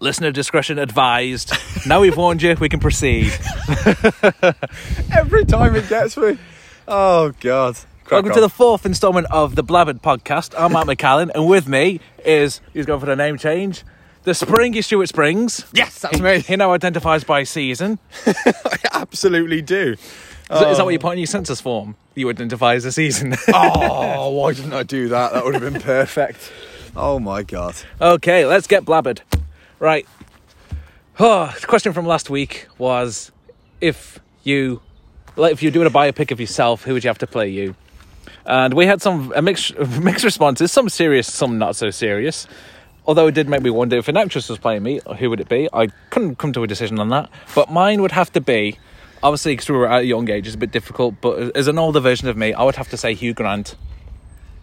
Listener discretion advised. now we've warned you, we can proceed. Every time it gets me. Oh, God. Crack Welcome on. to the fourth installment of the Blabbered podcast. I'm Matt McCallan, and with me is, he's going for the name change, the Springy Stuart Springs. Yes, that's me. He now identifies by season. I absolutely do. Is, that- is that what you put on your census form? You identify as a season. Oh, why didn't I do that? That would have been perfect. Oh, my God. okay, let's get blabbered. Right. Oh, the question from last week was if you, like, if you're doing a biopic of yourself, who would you have to play you? And we had some a mix, mixed responses, some serious, some not so serious. Although it did make me wonder if an actress was playing me, who would it be? I couldn't come to a decision on that. But mine would have to be, obviously, because we were at a young age, it's a bit difficult. But as an older version of me, I would have to say Hugh Grant,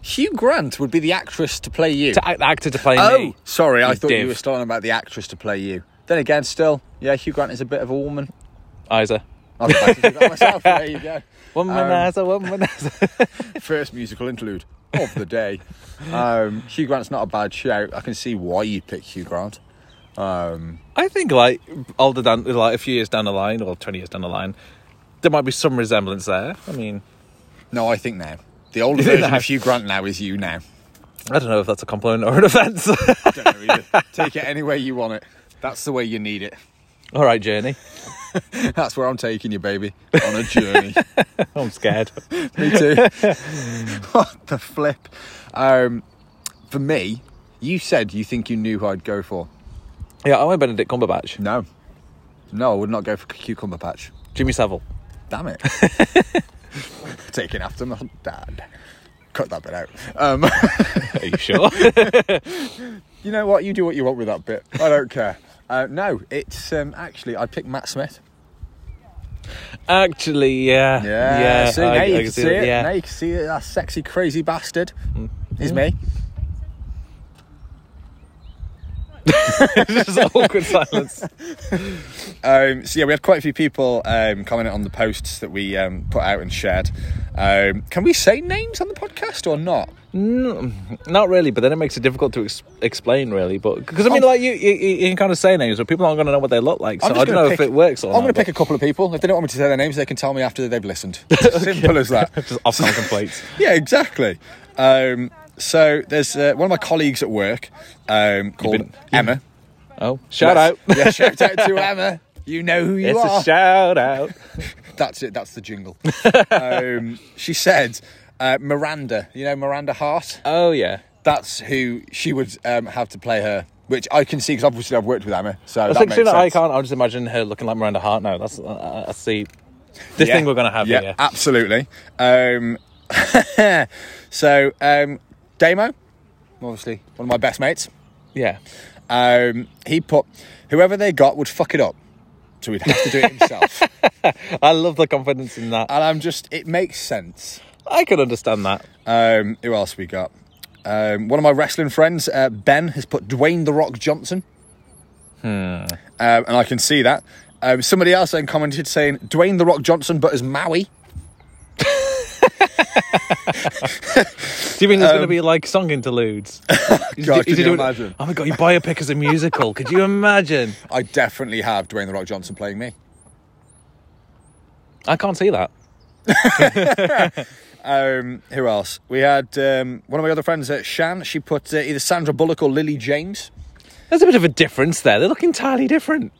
Hugh Grant would be the actress to play you. to act, the actor to play oh, me. sorry. I You thought div. you were starting about the actress to play you. Then again, still, yeah, Hugh Grant is a bit of a woman. Isa. I was about to do that myself. There you go. Womanizer, womanizer. First musical interlude of the day. Um, Hugh Grant's not a bad shout. I can see why you picked Hugh Grant. Um, I think like older down, like a few years down the line or twenty years down the line, there might be some resemblance there. I mean, no, I think now. The older think version now? of Hugh Grant now is you now. I don't know if that's a compliment or an offence. Don't know either. Take it any way you want it. That's the way you need it. All right, Journey. That's where I'm taking you, baby. On a journey. I'm scared. me too. what the flip? Um, for me, you said you think you knew who I'd go for. Yeah, I went Benedict Cumberbatch, No. No, I would not go for Cucumber Patch. Jimmy Savile. Damn it. Taking after my dad. Cut that bit out. Um, Are you sure? you know what? You do what you want with that bit. I don't care. Uh, no, it's um, actually, I picked Matt Smith. Actually, yeah, Yeah, see, now I- you I can see, that, it. Yeah, Mm-hmm. Now you can see it. That sexy, crazy bastard is me. just awkward silence. Um, so yeah, we had quite a few people um, commenting on the posts that we um, put out and shared. Um, can we say names on the podcast or not? Not really, but then it makes it difficult to ex- explain, really. But because I mean, like you, you, you can kind of say names, but people aren't going to know what they look like. So I Oh. just don't gonna know pick- if it works or I'm going not. to pick a couple of people. If they don't want me to say their names, they can tell me after they've listened. Simple as that. just off-time complaints. Yeah, exactly. Um, so there's uh, one of my colleagues at work um, called been- Emma. Oh, shout out. Let's- Yeah, shout out to Emma. You know who you It's are. a shout out. That's it. That's the jingle. um, she said uh, Miranda. You know Miranda Hart. Oh yeah. That's who she would um, have to play her, which I can see because obviously I've worked with Emma, so That's that actually makes an sense. icon. I just imagine her looking like Miranda Hart now. That's uh, I see. This Yeah. thing we're gonna have Yeah, here. absolutely. Um, so um, Damo, obviously one of my best mates. Yeah. Um, he put whoever they got would fuck it up, so he'd have to do it himself. I love the confidence in that. and I'm just, it makes sense. I could understand that. Um, who else we got? Um, one of my wrestling friends, uh, Ben, has put Dwayne the Rock Johnson. Hmm. Um, and I can see that. Um, somebody else then commented saying Dwayne the Rock Johnson, but as Maui. Do you mean there's gonna be like song interludes? He's do- God, could he's you doing- imagine? Oh my god, your biopic is a musical. could you imagine? I definitely have Dwayne the Rock Johnson playing me. I can't see that. Um, who else? We had um, one of my other friends, uh, Shan. She put uh, either Sandra Bullock or Lily James. There's a bit of a difference there. They look entirely different.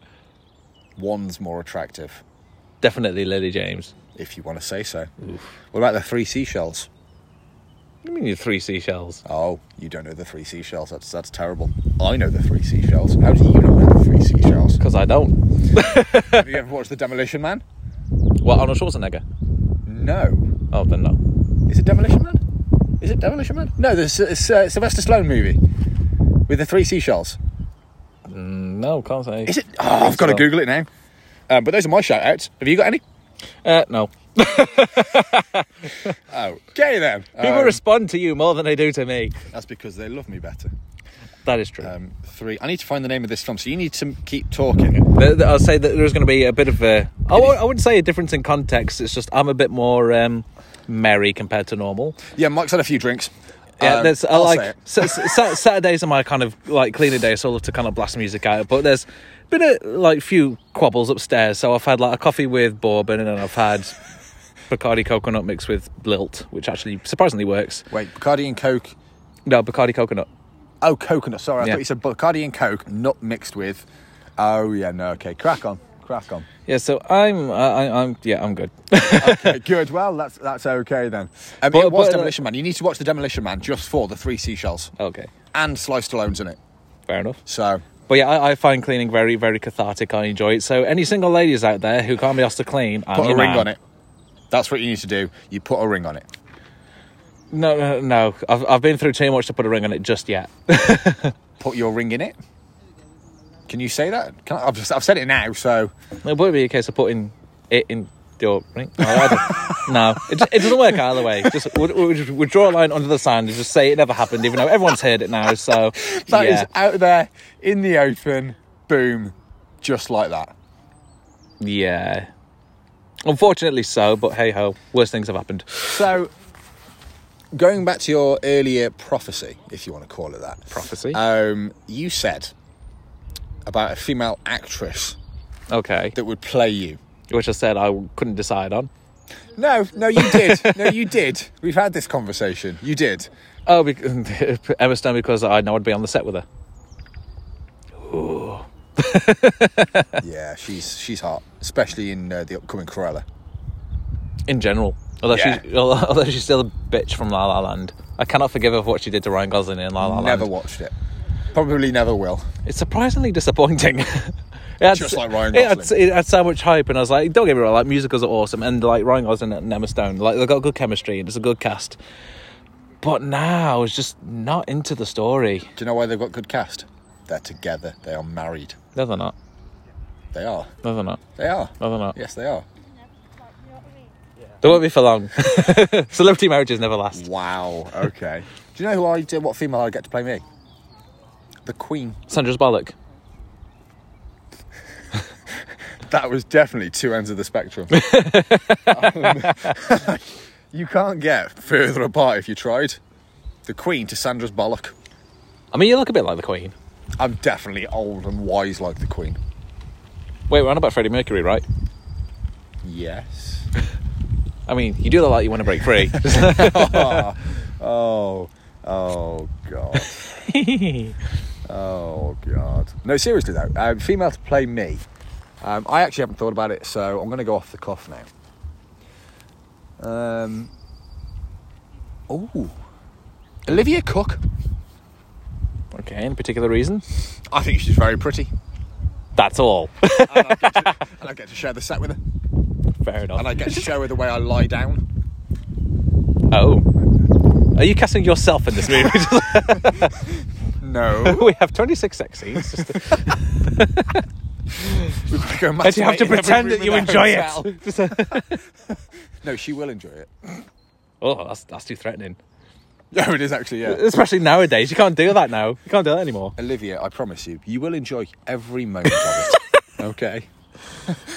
One's more attractive, Definitely Lily James. if you want to say so. What about the three seashells? I mean, you three seashells. Oh, you don't know the three seashells. That's that's terrible. I know the three seashells. How do you not know the three seashells? Because I don't. Have you ever watched The Demolition Man? What Arnold Schwarzenegger? No. Oh, then no. Is it Demolition Man? Is it Demolition Man? No, the S- S- uh, Sylvester Stallone movie with the three seashells. No, can't say. Is it? Oh, I've got to Google it now. Um, but those are my shout outs. Have you got any? Uh, no. Okay then. Oh. People Um, respond to you more than they do to me. that's because they love me better. That is true. Um, three. I need to find the name of this film, so you need to keep talking. There- there- I'll say that there's going to be a bit of a. I, w- I wouldn't say a difference in context. It's just I'm a bit more um, merry compared to normal. Yeah, Mike's had a few drinks. Yeah, Um, there's I I'll say like it. so, so- so- Saturdays are my kind of like cleaning day, so I love to kind of blast music out. But there's been a like few quabbles upstairs, so I've had like a coffee with bourbon, and then I've had Bacardi coconut mixed with lilt, which actually surprisingly works. Wait, Bacardi and Coke. No, Bacardi coconut. Oh, coconut. Sorry, I Yeah. thought you said Bacardi and Coke, not mixed with. Oh yeah, no. Okay, crack on, crack on. Yeah, so I'm I, I- I'm yeah I'm good. Okay, good. Well, that's that's okay then. Um, But- it was but, uh, Demolition Man. You need to watch the Demolition Man just for the three seashells okay, and Sliced Stallone's in it. fair enough. So But yeah, I, I find cleaning very very cathartic. I enjoy it. So any single ladies out there who can't be asked to clean, I'm put your a ring man. on it. That's what you need to do. You put a ring on it. No, no, no. I've I've been through too much to put a ring on it just yet. Put your ring in it. Can you say that? Can I, I've, just, I've said it now, so It would be a case of putting it in your ring. No, I don't- no. it, ju- it doesn't work either way. Just we, we, we draw a line under the sand and just say it never happened, even though everyone's heard it now. So that is yeah, out there in the open. Boom, just like that. yeah. Unfortunately, so. But hey ho, worse things have happened. So, going back to your earlier prophecy, if you want to call it that, Prophecy. um, you said about a female actress Okay, that would play you. which I said I couldn't decide on. No, no, you did. no, you did. We've had this conversation. You did. Oh, because, Emma Stone, because I know I'd be on the set with her. Yeah, she's she's hot, especially in uh, the upcoming Cruella. In general, although Yeah. she's although she's still a bitch from La La Land, I cannot forgive her for what she did to Ryan Gosling in La La Land. Never watched it. Probably never will. It's surprisingly disappointing. It had- Just like Ryan it had, Gosling. it had so much hype, and I was like, "Don't get me wrong, like musicals are awesome, and like Ryan Gosling and Emma Stone, like they've got good chemistry and it's a good cast." But now it's just not into the story. Do you know why they've got good cast? They're together. They are married. No, they're not. They are. No, they're not. They are. No, they're not. Yes, they are. They won't be for long. Celebrity marriages never last. Wow. Okay. Do you know who I do? What female I get to play me? The Queen. Sandra's Bullock. That was definitely two ends of the spectrum. Um, you can't get further apart if you tried. The Queen to Sandra's Bullock. I mean, you look a bit like the Queen. I'm definitely old and wise like the Queen. Wait, we're on about Freddie Mercury, right? Yes. I mean, you do look like you want to break free. Oh, oh God. Oh God. No, seriously though, um, female to play me. Um, I actually haven't thought about it, so I'm going to go off the cuff now. Um. Oh, Olivia Cook. okay, any particular reason? I think she's very pretty, That's all. and I get to share the set with her, Fair enough. and I get to show her the way I lie down. Oh. Are you casting yourself in this movie? No, we have 26 sex scenes. Just we've got to go and you have to masturbate in every pretend room that you in the enjoy hotel. it. Just, uh, No, she will enjoy it. oh, that's, that's too threatening. Yeah, it is actually. Yeah, Especially nowadays. You can't do that now. You can't do that anymore. Olivia, I promise you, you will enjoy every moment of it. Okay.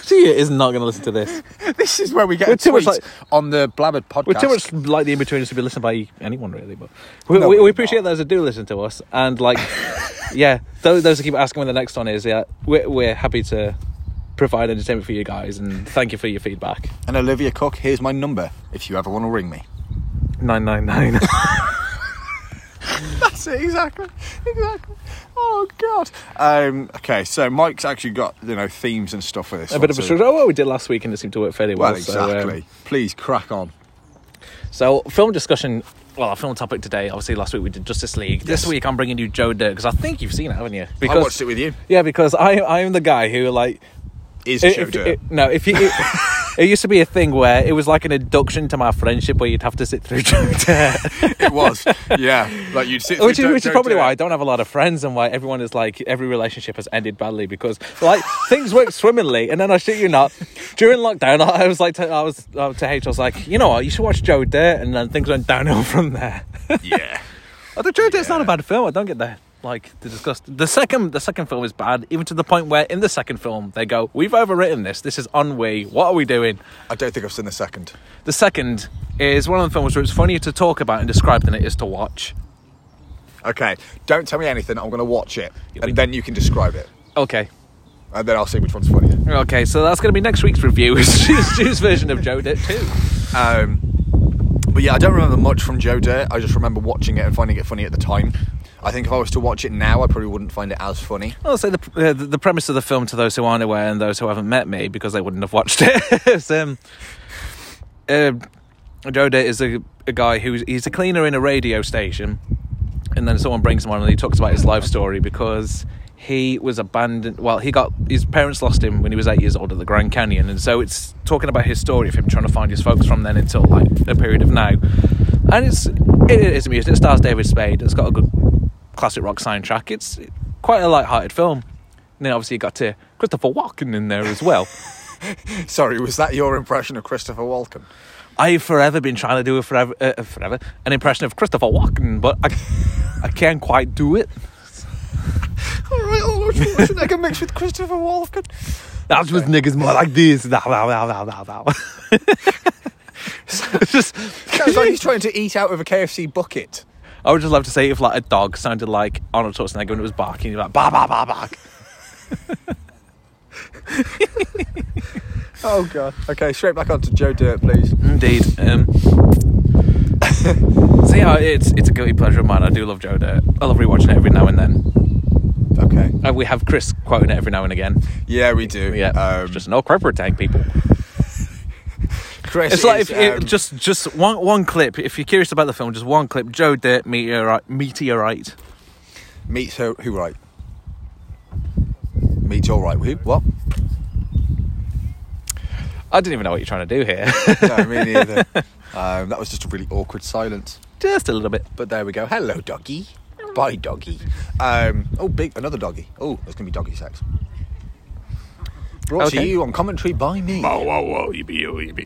She is not going to listen to this. This is where we get We're a too much tweet like- on the Blabbered podcast. We're too much like the in-betweeners to be listened by anyone, really. But we, No, we, we're we not. appreciate those that do listen to us. And, like, yeah, those, those that keep asking when the next one is, yeah, we're, we're happy to provide entertainment for you guys. And thank you for your feedback. And Olivia Cook, here's my number if you ever want to ring me. 999. That's it, exactly. Exactly. Oh, God. Um, okay, so Mike's actually got, you know, themes and stuff for this. a bit of a struggle. Oh, well, we did last week and it seemed to work fairly well. um, Well, exactly. Please crack on. So, um, so film discussion. Well, our film topic today. Obviously, last week we did Justice League. This Yes. week I'm bringing you Joe Dirt because I think you've seen it, haven't you? I watched it with you. Yeah, because I I am the guy who like Is if- Joe if- Dirt. it- no if you. It, it used to be a thing where it was like an induction to my friendship where you'd have to sit through Joe Dirt, It was. yeah. Like you'd sit Oh, which, is, through Joe- which is Joe probably Dirt. why I don't have a lot of friends and why everyone is like every relationship has ended badly because like things work swimmingly and then I shit you not during lockdown I, I was like to, I was uh, to H I was like you know what you should watch Joe Dirt and then things went downhill from there. Yeah. Although Joe Dirt's not a bad film. I don't get that. like to discuss. The second the second film is bad, even to the point where in the second film they go, "We've overwritten this. This is ennui. What are we doing?" I don't think I've seen the second. The second is one of the films where it's funnier to talk about and describe than it is to watch. Okay, don't tell me anything. I'm going to watch it, we- and then you can describe it, Okay. and then I'll see which one's funnier. Okay, so that's going to be next week's review. Is Stu's- Stu's version of Joe Dirt 2. Um, but yeah, I don't remember much from Joe Dirt. I just remember watching it and finding it funny at the time. I think if I was to watch it now, I probably wouldn't find it as funny. I'll say the, uh, the premise of the film to those who aren't aware and those who haven't met me because they wouldn't have watched it. is, um, uh, Joe Dirt is a, a guy who's he's a cleaner in a radio station, and then someone brings him on and he talks about his life story because he was abandoned. Well, he got his parents lost him when he was eight years old at the Grand Canyon, and so it's talking about his story of him trying to find his folks from then until like a period of now, and it's it is amusing. It stars David Spade. It's got a good classic rock soundtrack. It's quite a light-hearted film. And then obviously you got to Christopher Walken in there as well. Sorry, was that your impression of Christopher Walken? I've forever been trying to do a forever, uh, uh, forever an impression of Christopher Walken, but I, I can't quite do it. All right, Arnold Schwarzenegger mixed with Christopher Walken. That's with niggas more like this. Nah, nah, nah, nah, nah, nah. It's just, Sounds like he's trying to eat out of a KFC bucket. I would just love to say if like a dog sounded like Arnold Schwarzenegger when it was barking, you're like bah bah bah bah. Oh god. Okay, straight back onto Joe Dirt, please. Indeed. Um, so yeah, it's it's a guilty pleasure of mine. I do love Joe Dirt. I love rewatching it every now and then. Okay. And we have Chris quoting it every now and again. Yeah, we do. Yeah, Um, it's just an old corporate tank, people. Chris. It's like is, if it- um, just just one one clip. If you're curious about the film, just one clip. Joe Dirt meteorite. Meteorite. meets her. Who right? Meets all right. Who? What? I didn't even know what you're trying to do here. No, me neither. um, that was just a really awkward silence. just a little bit. But there we go. Hello, doggy. Bye, doggy. Um, oh, big another doggy. Oh, there's gonna be doggy sex. Brought to Okay. you on commentary by me. whoa, whoa! You be, you be.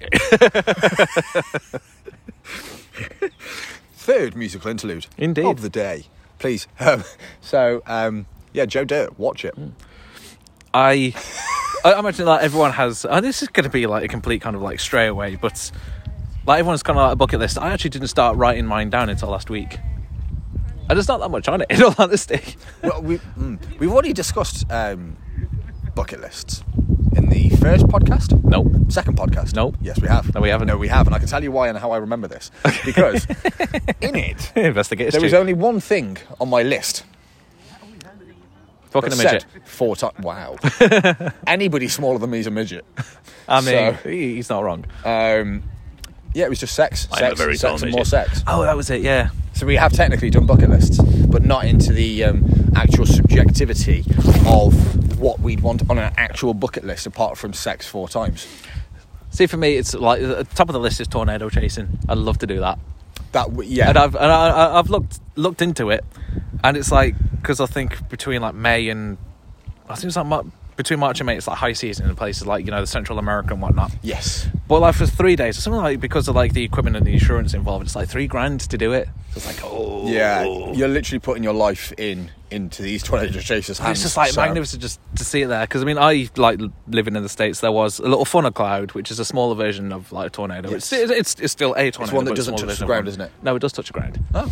Third musical interlude Indeed. of the day. Please. Um, so um, yeah, Joe Dirt, watch it. Mm. I, I imagine like everyone has. And this is going to be like a complete kind of like stray away, but like everyone's kind of like a bucket list. I actually didn't start writing mine down until last week. And there's not that much on it, in all honesty. well, we, mm, we've already discussed um, bucket lists in the first podcast. Nope. Second podcast? Nope. Yes, we have. No, we haven't. No, we have, and I can tell you why and how I remember this. Because in it, Investigate. there was only one thing on my list fucking that a midget. said four times. Wow. Anybody smaller than me is a midget. I mean, So- he- he's not wrong. Um, yeah, it was just sex, I'm a sex, very sex, tall and more midget. sex. Oh, that was it. Yeah. So we have technically done bucket lists, but not into the um, actual subjectivity of what we'd want on an actual bucket list, apart from sex four times. See, for me, it's like the top of the list is tornado chasing. I'd love to do that, That w- yeah, and I've and I, I- I've looked looked into it, and it's like because I think between like May and I think it's like Mar- between March and May, it's like high season in places like you know the Central America and whatnot. yes. But like for three days, or something like because of like the equipment and the insurance involved, it's like three grand to do it. So it's like oh Yeah, you're literally putting your life in into these tornado chasers' hands. It's just like so- magnificent just to see it there because I mean I like living in the states. There was a little funnel cloud, which is a smaller version of like a tornado. Yes. It's, it's it's still a tornado. one that but a doesn't smaller touch version the of ground, one. isn't it? No, it does touch the ground, Oh,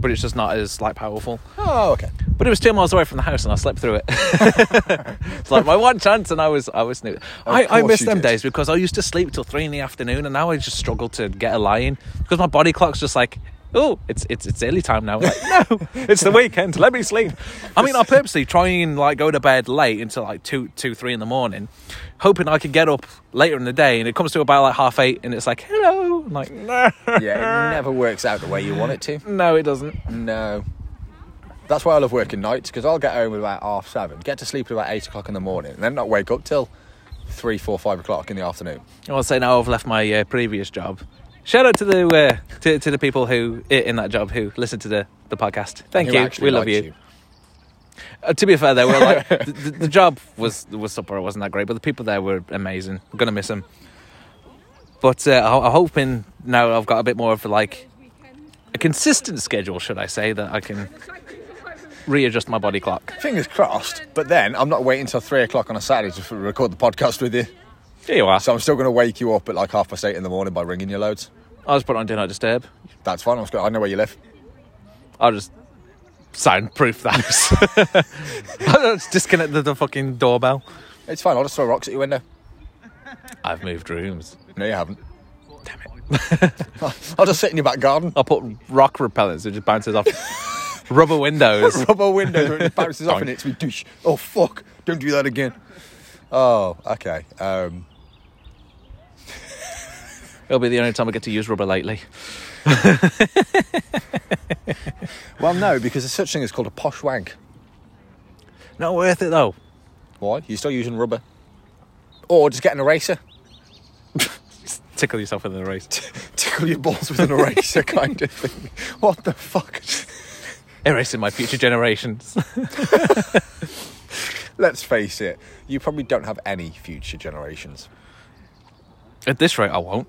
but it's just not as like powerful. oh, okay. But it was two miles away from the house, and I slept through it. it's like my one chance, and I was I was new. I, I course miss you them did. days because I used to sleep till three in the afternoon, and now I just struggle to get a lie in because my body clock's just like. Oh, it's it's it's early time now. Like, no, it's the weekend. Let me sleep. I mean, I purposely try and like go to bed late until like two, two, three in the morning, hoping I could get up later in the day. And it comes to about like half eight, and it's like hello. I'm like no, Yeah, it never works out the way you want it to. no, it doesn't. No. That's why I love working nights because I'll get home at about half seven, get to sleep at about eight o'clock in the morning, and then not wake up till three, four, five o'clock in the afternoon. I will say now I've left my uh, previous job. Shout out to the uh, to, to the people who i- in that job who listen to the, the podcast. Thank Who you. actually We love likes you. Uh, to be fair, though, we're like the, the- the job was was subpar. It wasn't that great, but the people there were amazing. I'm gonna miss them. But uh, I- I'm hoping now I've got a bit more of like a consistent schedule, should I say, that I can readjust my body clock. Fingers crossed. But then I'm not waiting until three o'clock on a Saturday to f- record the podcast with you. Here you are. So I'm still going to wake you up at like half past eight in the morning by ringing you loads. I'll just put it on Do Not Disturb. That's fine. I'm just gonna, I know where you live. I'll just soundproof that. I'll just disconnect the, the fucking doorbell. It's fine. I'll just throw rocks at your window. I've moved rooms. No, you haven't. Damn it. I'll just sit in your back garden. I'll put rock repellents. It just bounces off rubber windows. Rub our windows and it bounces off and it's me douche. Oh fuck! Don't do that again. Oh, okay. Um, It'll be the only time I get to use rubber lately. well, no, because there's such thing as called a posh wank. Not worth it though. Why? You're still using rubber, or just get an eraser. Tickle yourself in the race. Tickle your balls with an eraser, kind of thing. What the fuck? Erasing my future generations. Let's face it. You probably don't have any future generations. At this rate, I won't.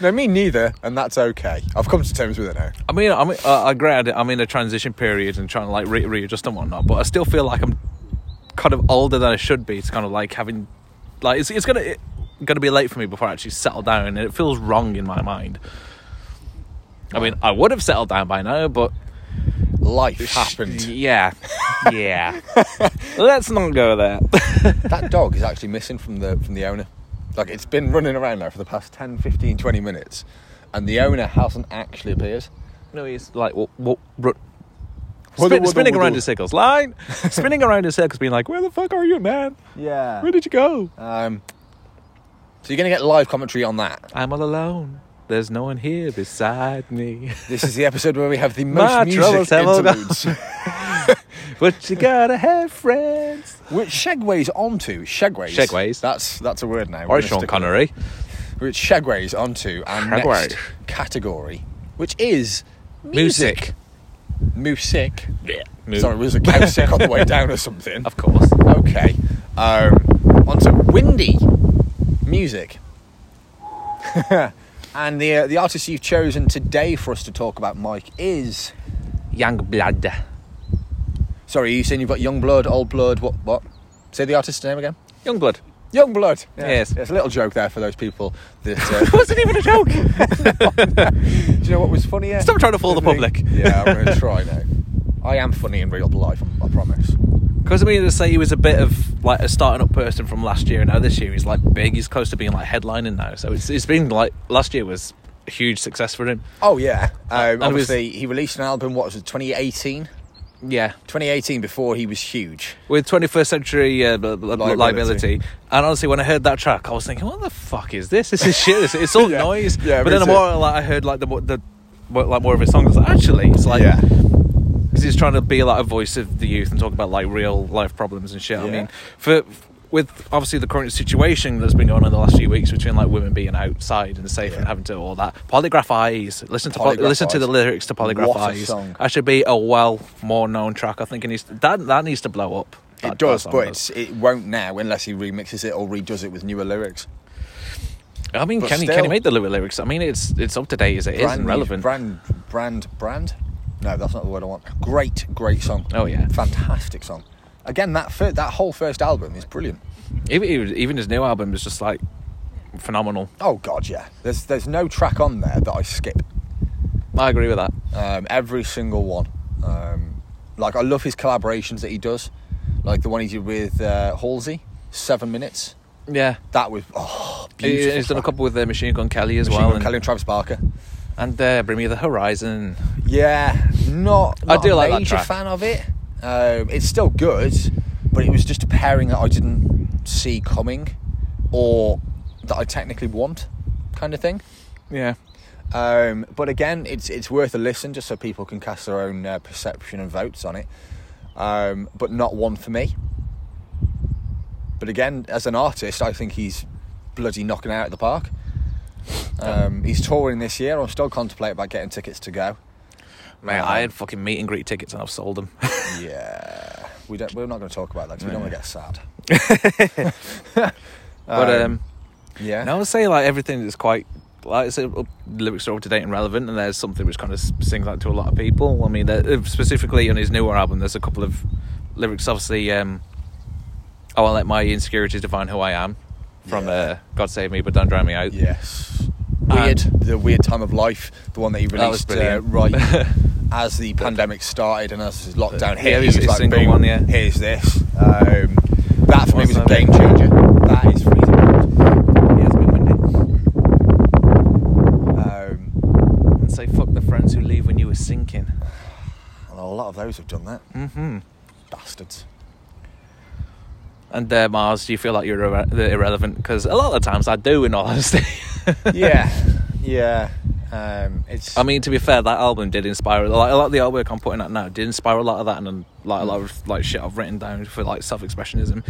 No, me neither, and that's okay. I've come to terms with it now. I mean, I'm, uh, I agree. I- I'm in a transition period and trying to like re- readjust and whatnot, but I still feel like I'm kind of older than I should be. It's kind of like having, like, it's, it's gonna it, gonna be late for me before I actually settle down, and it feels wrong in my mind. I mean, I would have settled down by now, but Life happened. yeah, yeah. Let's not go there. that dog is actually missing from the from the owner. Like it's been running around now for the past 10, 15, 20 minutes, and the owner hasn't actually appeared. no, he's like, what, what, ru- Wudda, spin, wudda, spinning wudda. around in circles, line, spinning around in circles, being like, where the fuck are you, man? Yeah. Where did you go? Um, so you're going to get live commentary on that. I'm all alone. There's no one here beside me. This is the episode where we have the My most troubles music have all gone. interludes, But you gotta have friends. which segues onto segways. Segues. That's that's a word now. Or We're gonna Sean stick with Connery. it. Which segues onto our Segways. next category, which is Music. music. Music. Move. Sorry, was a cow sick on the way down or something. Of course. Okay. Um, on to windy music. and the uh, the artist you've chosen today for us to talk about, Mike, is Young blood. sorry. Are you saying you've got young blood, old blood? What? What? Say the artist's name again. Young blood. Young blood. Yes. It's a little joke there for those people that. Uh, wasn't even a joke. do you know what was funnier? Stop trying to fool the public. yeah, I'm going to try now. I am funny in real life. I promise. Because I mean, to say he was a bit of like a starting up person from last year, and now this year he's like big. He's close to being like headlining now. So it's it's been like last year was a huge success for him. Oh yeah. Um, and it was- obviously, he released an album. What was it? 2018. Yeah. 2018 before he was huge. with 21st century uh, bl- bl- bl- liability. Liability. And honestly, when I heard that track, I was thinking, "What the fuck is this? This is shit. It's, it's all Yeah. noise." Yeah, but me then the too. more like, I heard like the more, the more, like more of his songs, I was like, actually, it's like Yeah. because he's trying to be like a voice of the youth and talk about like real life problems and shit. I Yeah. mean, for with obviously the current situation that's been going on in the last few weeks between like women being outside and safe and having to do all that. Polygraph Eyes. Listen to poly- Polygraph listen to the Eyes. lyrics to Polygraph What a Eyes. song. That should be a well more known track. I think it needs that that needs to blow up. That- It does, that song but it's, it won't now unless he remixes it or redoes it with newer lyrics. I mean, but can he still- can he make the lyrics? I mean, it's it's up to date as it is and new- relevant. Brand, brand, brand. No, that's not the word I want. Great, great song. Oh, yeah. fantastic song. Again, that fir- that whole first album is brilliant. Even even even his new album is just like phenomenal. Oh god, yeah. There's there's no track on there that I skip. I agree with that. Um, every single one. Um, like I love his collaborations that he does. Like the one he did with uh, Halsey, seven minutes. Yeah, That was oh He- beautiful. he's done a track. couple with uh, Machine Gun Kelly as Machine well, Gun and, Kelly and Travis Barker. and uh, Bring Me the Horizon. Yeah, not. I not do a like that major track. fan of it. Um, it's still good, but it was just a pairing that I didn't see coming, or that I technically want, kind of thing. Yeah, Um, but again, it's it's worth a listen just so people can cast their own uh, perception and votes on it. Um, but not one for me. But again, as an artist, I think he's bloody knocking it out of the park. Um, he's touring this year. I'm still contemplating about getting tickets to go. man, Um, I had fucking meet and greet tickets and I've sold them. yeah, we don't. We're not going to talk about that because we don't want to get sad. but um, Yeah. Um, And I would say like everything is quite like I said, lyrics are up to date and relevant, and there's something which kind of s- sings that to a lot of people. I mean, there- uh, specifically on his newer album, there's a couple of lyrics. Obviously, um, "Oh, I'll let my insecurities define who I am" from Yeah. uh, "God Save Me, but Don't Drown Me Out." Yes. Weird. And- the weird time of life. The one that he was released uh, brilliant. right as the pandemic started and as his lockdown hit. Yeah, his- he was his like, single boom, one, yeah. Here's this. Um, that for me What's was a that? game changer. That is freezing. cold. Yeah, it's a bit windy. Um, And say "fuck the friends who leave when you were sinking." and a lot of those have done that. hmm Bastards. And uh, Mars, do you feel like you're irre- the irrelevant? Because a lot of the times I do, in all honesty. yeah. Yeah. Um, it's. I mean, to be fair, that album did inspire like a lot of the artwork I'm putting out now did inspire a lot of that, and then, like a lot of like shit I've written down for like self-expressionism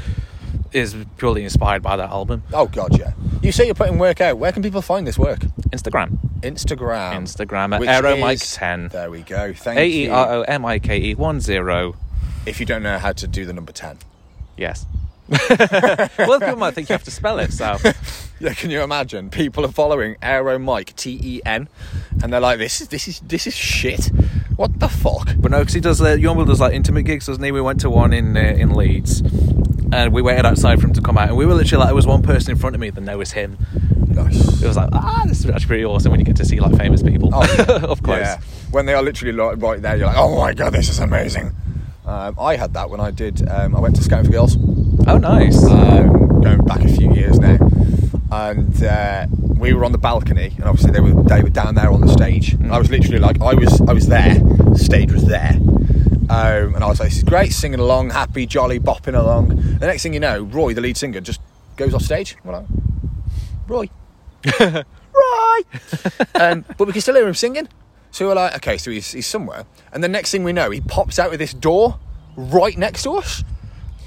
is purely inspired by that album. oh God, yeah. You say you're putting work out. Where can people find this work? Instagram, Instagram. Instagram at which Aeromike is- 10. There we go. Thank A E R you. O M I K E one zero. If you don't know how to do the number ten. Yes. well, people might think you have to spell it, so Yeah, can you imagine? People are following Aero Mike T E N, and they're like, "This is this is this is shit. What the fuck?" But no, because he does. Uh, Yonville does like intimate gigs, doesn't he? We went to one in uh, in Leeds, and we waited outside for him to come out, and we were literally like, there was one person in front of me, then there was him. Nice. It was like, ah, this is actually pretty awesome when you get to see like famous people up close. Oh, Yeah. When they are literally like, right there, you're like, "Oh my god, this is amazing." Um, I had that when I did. Um, I went to Scouting for Girls. Oh, nice. um, going back a few years now, and uh, we were on the balcony, and obviously they were they were down there on the stage. And I was literally like, I was I was there, stage was there, um, and I was like, this is great, singing along, happy, jolly, bopping along. The next thing you know, Roy, the lead singer, just goes off stage. We're like, Roy, Roy, um, but we can still hear him singing. So we're like, okay, so he's, he's somewhere, and the next thing we know, he pops out of this door right next to us.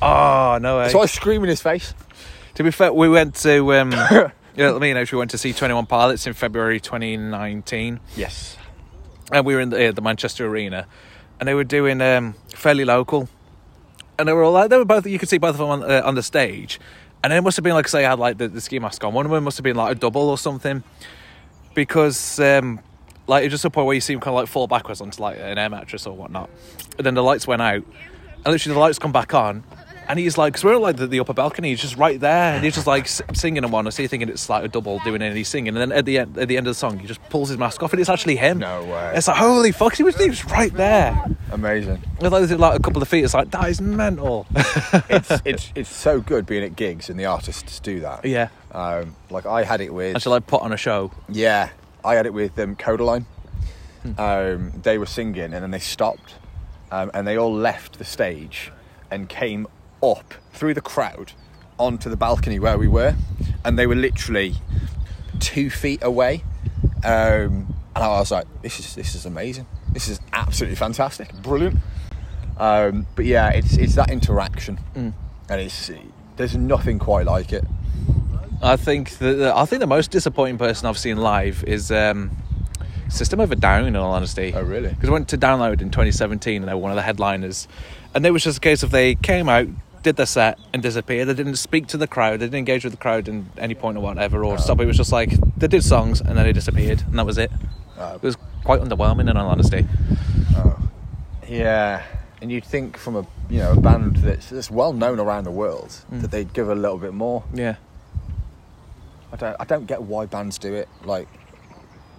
oh no. eh? So I scream in his face. to be fair, we went to um, yeah, me and actually went to see Twenty One Pilots in February 2019, Yes. and we were in the, uh, the Manchester Arena, and they were doing um, fairly local, and they were all like, they were both. You could see both of them on, uh, on the stage, and it must have been like say I had like the, the ski mask on. One of them must have been like a double or something, because. Um, like it's just a point where you see him kind of like fall backwards onto like an air mattress or whatnot, and then the lights went out, and literally the lights come back on, and he's like, because we're on like the, the upper balcony, he's just right there, and he's just like s- singing and one, so you're thinking it's like a double doing it, and he's singing, and then at the end, at the end of the song, he just pulls his mask off, and it's actually him. No way. It's like holy fuck, he was, he was right there. Amazing. It's like, there's, like a couple of feet. It's like that is mental. it's, it's it's so good being at gigs and the artists do that. yeah, Um, like I had it with. and she like put on a show. yeah, I had it with um, Codaline. Um, they were singing and then they stopped, um, and they all left the stage and came up through the crowd onto the balcony where we were, and they were literally two feet away. Um, and I was like, "This is this is amazing. This is absolutely fantastic, brilliant." Um, but yeah, it's it's that interaction, and it's there's nothing quite like it. I think the, the I think the most disappointing person I've seen live is um, System of a Down. In all honesty, Oh, really? Because I went to Download in 2017, and they were one of the headliners, and it was just a case of they came out, did their set, and disappeared. They didn't speak to the crowd, they didn't engage with the crowd in any point or whatever, Oh. or stop. It was just like they did songs and then they disappeared, and that was it. Oh. It was quite underwhelming, in all honesty. Yeah, and you'd think from a you know a band that's, that's well known around the world that they'd give a little bit more. Yeah. I don't I don't get why bands do it. Like,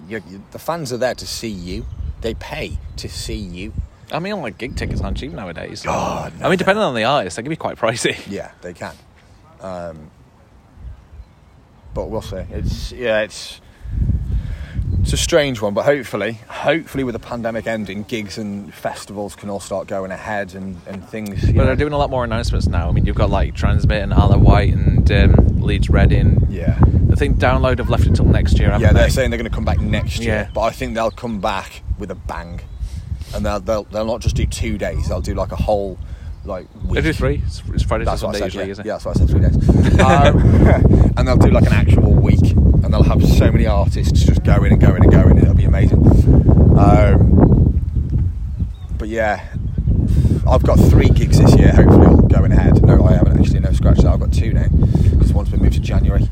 you, you, the fans are there to see you. They pay to see you. I mean, like gig tickets aren't cheap nowadays. God, I mean, depending on the artist, they can be quite pricey. Yeah, they can. Um, but we'll see. It's yeah, it's it's a strange one, but hopefully, hopefully with the pandemic ending, gigs and festivals can all start going ahead and and things. you But know. they're doing a lot more announcements now. I mean, you've got like Transmit and Isle of White and um, Leeds Reading. Yeah. I think Download have left it till next year, haven't Yeah, they? they're saying they're going to come back next year, Yeah. but I think they'll come back with a bang, and they'll they'll, they'll not just do two days; they'll do like a whole like week. They do three. It's, it's Friday to That's what I Sunday usually, said. yeah. isn't it? yeah, that's what I said. Three days, um, and they'll do like an actual week, and they'll have so many artists just going and going and going. It'll be amazing. Um, but yeah, I've got three gigs this year. Hopefully, all going ahead. No, I haven't actually. No, scratch that. I've got two now because one's been moved to January.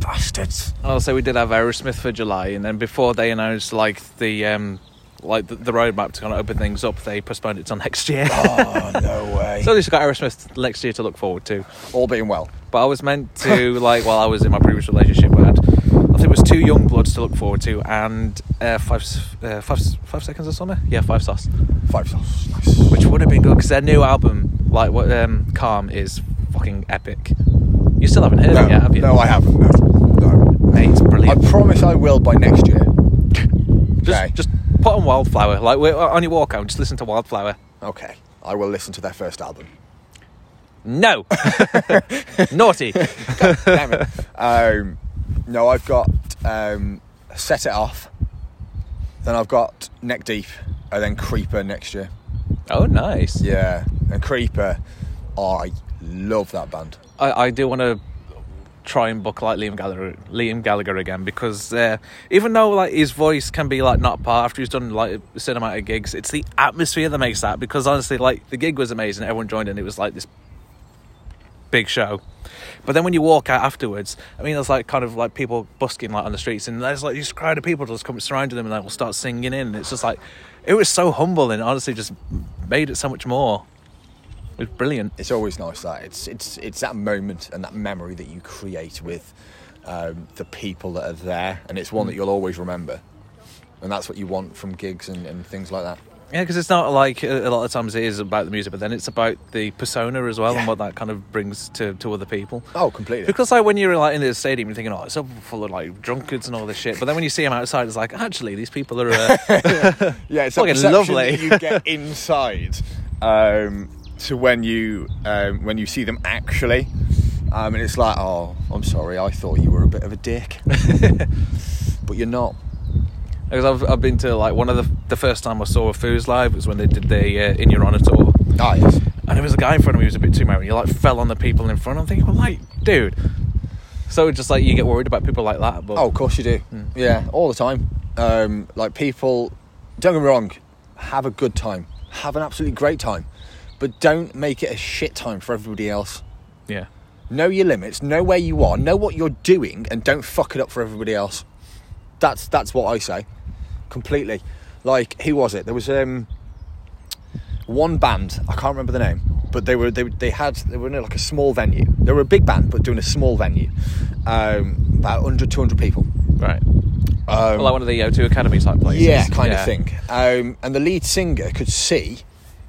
bastards. And also, we did have Aerosmith for July, and then before they announced like the um, like the, the roadmap to kind of open things up, they postponed it till next year. Oh, no way. so at least we got Aerosmith next year to look forward to. All being well. But I was meant to like while I was in my previous relationship, I had I think it was two Young Bloods to look forward to, and uh, five S- uh, five S- five seconds of summer. Yeah, five sauce, Five stars. Nice. which would have been good because their new album, like what um, Calm, is fucking epic. You still haven't heard no, it yet, have you? no, I haven't. No. no. Mate, it's I brilliant. promise I will by next year. just, okay. just put on Wildflower. Like we're on your walk home, just listen to Wildflower. Okay. I will listen to their first album. No, naughty. Damn it. Um, no, I've got um, Set It Off, then I've got Neck Deep, and then Creeper next year. Oh, nice. Yeah, and Creeper, I love that band. I, I do want to try and book like Liam Gallagher, Liam Gallagher again because uh, even though like his voice can be like not part after he's done like cinematic gigs, it's the atmosphere that makes that. Because honestly, like the gig was amazing, everyone joined and it was like this big show. But then when you walk out afterwards, I mean, there's like kind of like people busking like on the streets, and there's like this crowd of people just come surrounding them and they will start singing in. And it's just like it was so humble and honestly just made it so much more. It was brilliant. It's always nice that it's it's it's that moment and that memory that you create with um, the people that are there, and it's one that you'll always remember. And that's what you want from gigs and, and things like that. Yeah, because it's not like uh, a a lot of times it is about the music, but then it's about the persona as well Yeah. and what that kind of brings to, to other people. Oh, completely. Because like when you're like in the stadium, you're thinking, oh, it's all full of like drunkards and all this shit. But then when you see them outside, it's like actually these people are. Uh, Yeah, it's Fucking that perception lovely. that you get inside. Um, so when you um, when you see them actually, um, and it's like, oh, I'm sorry, I thought you were a bit of a dick, but you're not. because I've I've been to like one of the the first time I saw a Foos live was when they did the uh, In Your Honor tour, Ah, yes. and there was a guy in front of me who was a bit too merry. He like fell on the people in front. I'm thinking, well, like, dude. So it's just like you get worried about people like that, but Oh, of course you do. Yeah, all the time. Um, like people, don't get me wrong, have a good time, have an absolutely great time, but don't make it a shit time for everybody else. yeah. Know your limits, know where you are, know what you're doing, and don't fuck it up for everybody else. That's that's what I say. Completely. Like who was it? There was um one band, I can't remember the name, but they were they they had they were in like a small venue. They were a big band, but doing a small venue. Um, about 100, 200 people. Right. Um, Well, like one of the O2 Academy type places. yeah, kind Yeah. of thing. Um, and the lead singer could see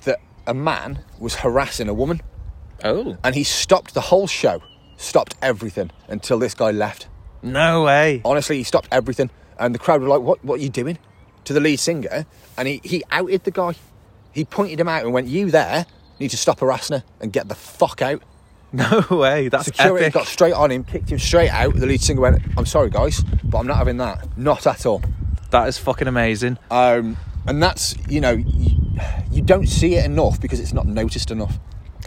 that a man was harassing a woman, Oh. and he stopped the whole show, stopped everything until this guy left. No way. Honestly, he stopped everything, and the crowd were like, "What? What are you doing?" To the lead singer, and he he outed the guy. He pointed him out and went, "You there need to stop harassing her and get the fuck out." No way. That's Security epic. got straight on him, kicked him straight out. The lead singer went, "I'm sorry, guys, but I'm not having that. Not at all." That is fucking amazing. Um, and that's, you know, you, you don't see it enough because it's not noticed enough.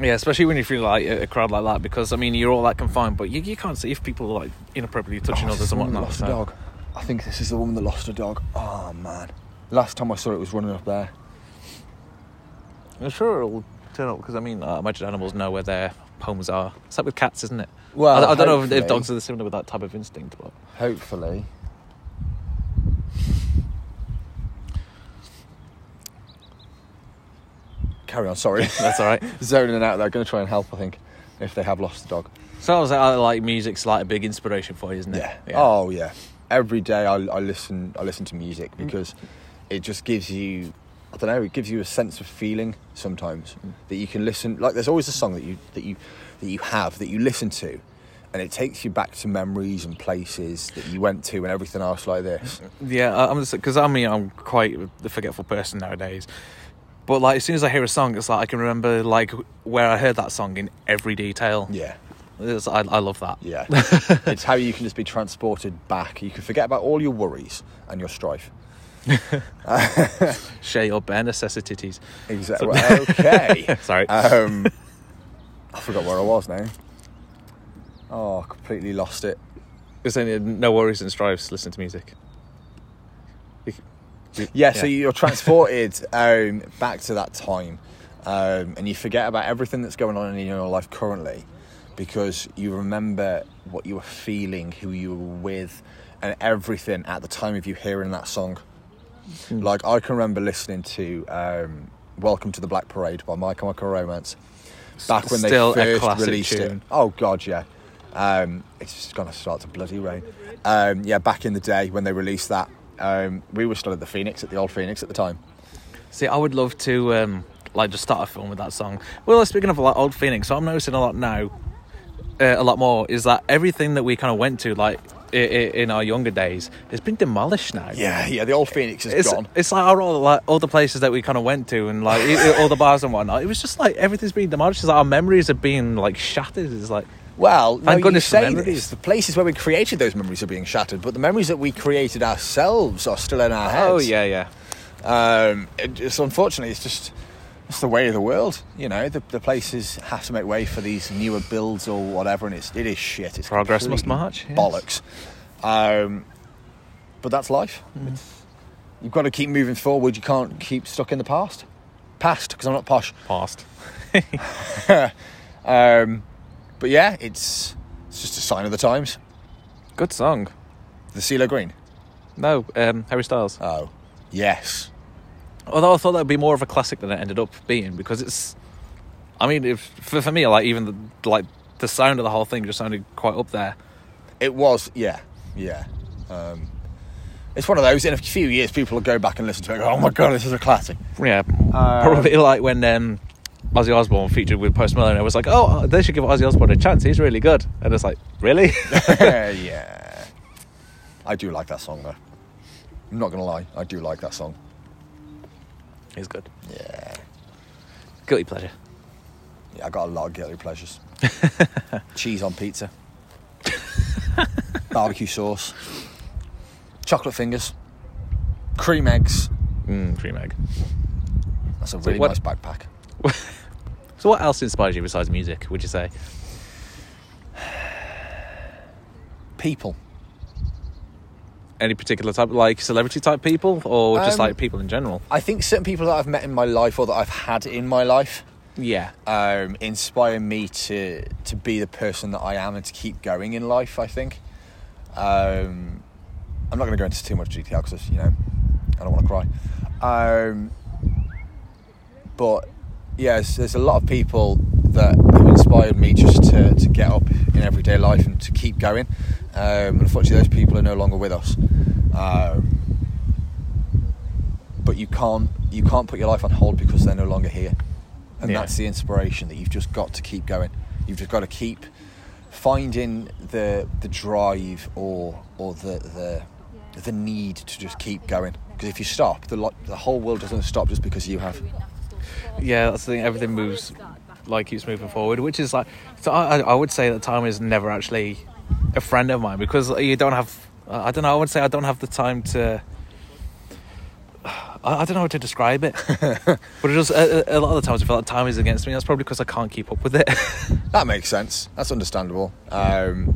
Yeah, especially when you feel like a a crowd like that, because I mean you're all that confined, but you, you can't see if people are like inappropriately touching this others is the and woman that whatnot. lost a so- dog. I think this is the woman that lost a dog. Oh, man. Last time I saw it was running up there. I'm sure it'll turn up because I mean I imagine animals know where their homes are. It's like with cats, isn't it? Well, I, I don't know if, if hopefully. dogs are similar with that type of instinct, but Hopefully. Carry on, sorry. that's all right. Zoning out, they're going to try and help, I think, if they have lost the dog. so I was like, like music's like a big inspiration for you, isn't it? Yeah. Oh yeah. Every day I, I listen I listen to music because it just gives you I don't know it gives you a sense of feeling sometimes that you can listen like there's always a song that you that you that you have that you listen to and it takes you back to memories and places that you went to and everything else like this. Yeah, I- I'm just because I mean I'm quite the forgetful person nowadays. But like as soon as I hear a song, it's like I can remember like where I heard that song in every detail. Yeah. It's- I, I love that. Yeah. it's how you can just be transported back. You can forget about all your worries and your strife. Share your bare necessities. Exactly. okay. Sorry. Um, I forgot where I was now. Oh, completely lost it. There's only no worries and strifes. Listen to music. Yeah, so Yeah. you're transported um, back to that time, um, and you forget about everything that's going on in your life currently, because you remember what you were feeling, who you were with, and everything at the time of you hearing that song. Mm. Like I can remember listening to um, "Welcome to the Black Parade" by My Chemical Romance back when they Still a first classic released tune. it. Oh God, yeah. Um, it's just gonna start to bloody rain. Um, yeah, back in the day when they released that, um, we were still at the Phoenix, at the old Phoenix at the time. See, I would love to um, like just start a film with that song. Well, speaking of like old Phoenix, what I'm noticing a lot now, uh, a lot more, is that everything that we kind of went to like i- i- in our younger days has been demolished now. Yeah, yeah, the old Phoenix is It's, gone. it's like our all like all the places that we kind of went to and like i- i- all the bars and whatnot. It was just like everything's been demolished. It's like our memories are being like shattered. It's like Well, no, Thank you goodness for say memories. this. The places where we created those memories are being shattered, but the memories that we created ourselves are still in our heads. oh yeah yeah. Um, it- it's unfortunately, it's just it's the way of the world. You know, the, the places have to make way for these newer builds or whatever, and it's it is shit. It's Progress complete must march, yes. Bollocks. Um, but that's life. Mm-hmm. It's- You've got to keep moving forward. You can't keep stuck in the past. Past, because I'm not posh. Past. Um, but yeah, it's it's just a sign of the times. Good song. The CeeLo Green. No, um, Harry Styles. Oh, yes. Although I thought that would be more of a classic than it ended up being because it's. I mean, if, for for me, like even the, like the sound of the whole thing just sounded quite up there. It was, yeah, yeah. Um, it's one of those. In a few years, people will go back and listen to it. And go, oh my god, this is a classic. Yeah, probably like when um, Ozzy Osbourne featured with Post Malone. I was like, oh, they should give Ozzy Osbourne a chance. He's really good. And it's like, really? yeah, I do like that song though. I'm not gonna lie, I do like that song. He's good. Yeah, Guilty pleasure. yeah. I got a lot of guilty pleasures. Cheese on pizza, barbecue sauce, chocolate fingers, cream eggs. Mm, cream egg. That's a really what- nice backpack. So, what else inspires you besides music? Would you say? People. Any particular type, like celebrity type people, or just Um, like people in general? I think certain people that I've met in my life or that I've had in my life Yeah. um, inspire me to to be the person that I am and to keep going in life. I think. Um, I'm not going to go into too much detail because you know I don't want to cry. Um, but yeah, there's, there's a lot of people that have inspired me just to, to get up in everyday life and to keep going. Um, unfortunately, those people are no longer with us. Um, but you can't you can't put your life on hold because they're no longer here, and Yeah. that's the inspiration that you've just got to keep going. You've just got to keep finding the the drive or or the the the need to just keep going because if you stop, the lo- the whole world doesn't stop just because you have. Yeah, that's the thing. Everything moves, like keeps moving forward, which is like. So I, I I would say that time is never actually a friend of mine because you don't have. I don't know. I would say I don't have the time to. I, I don't know how to describe it, but it uh, just a, a- a lot of the times I feel like time is against me. That's probably because I can't keep up with it. That makes sense. That's understandable. Um,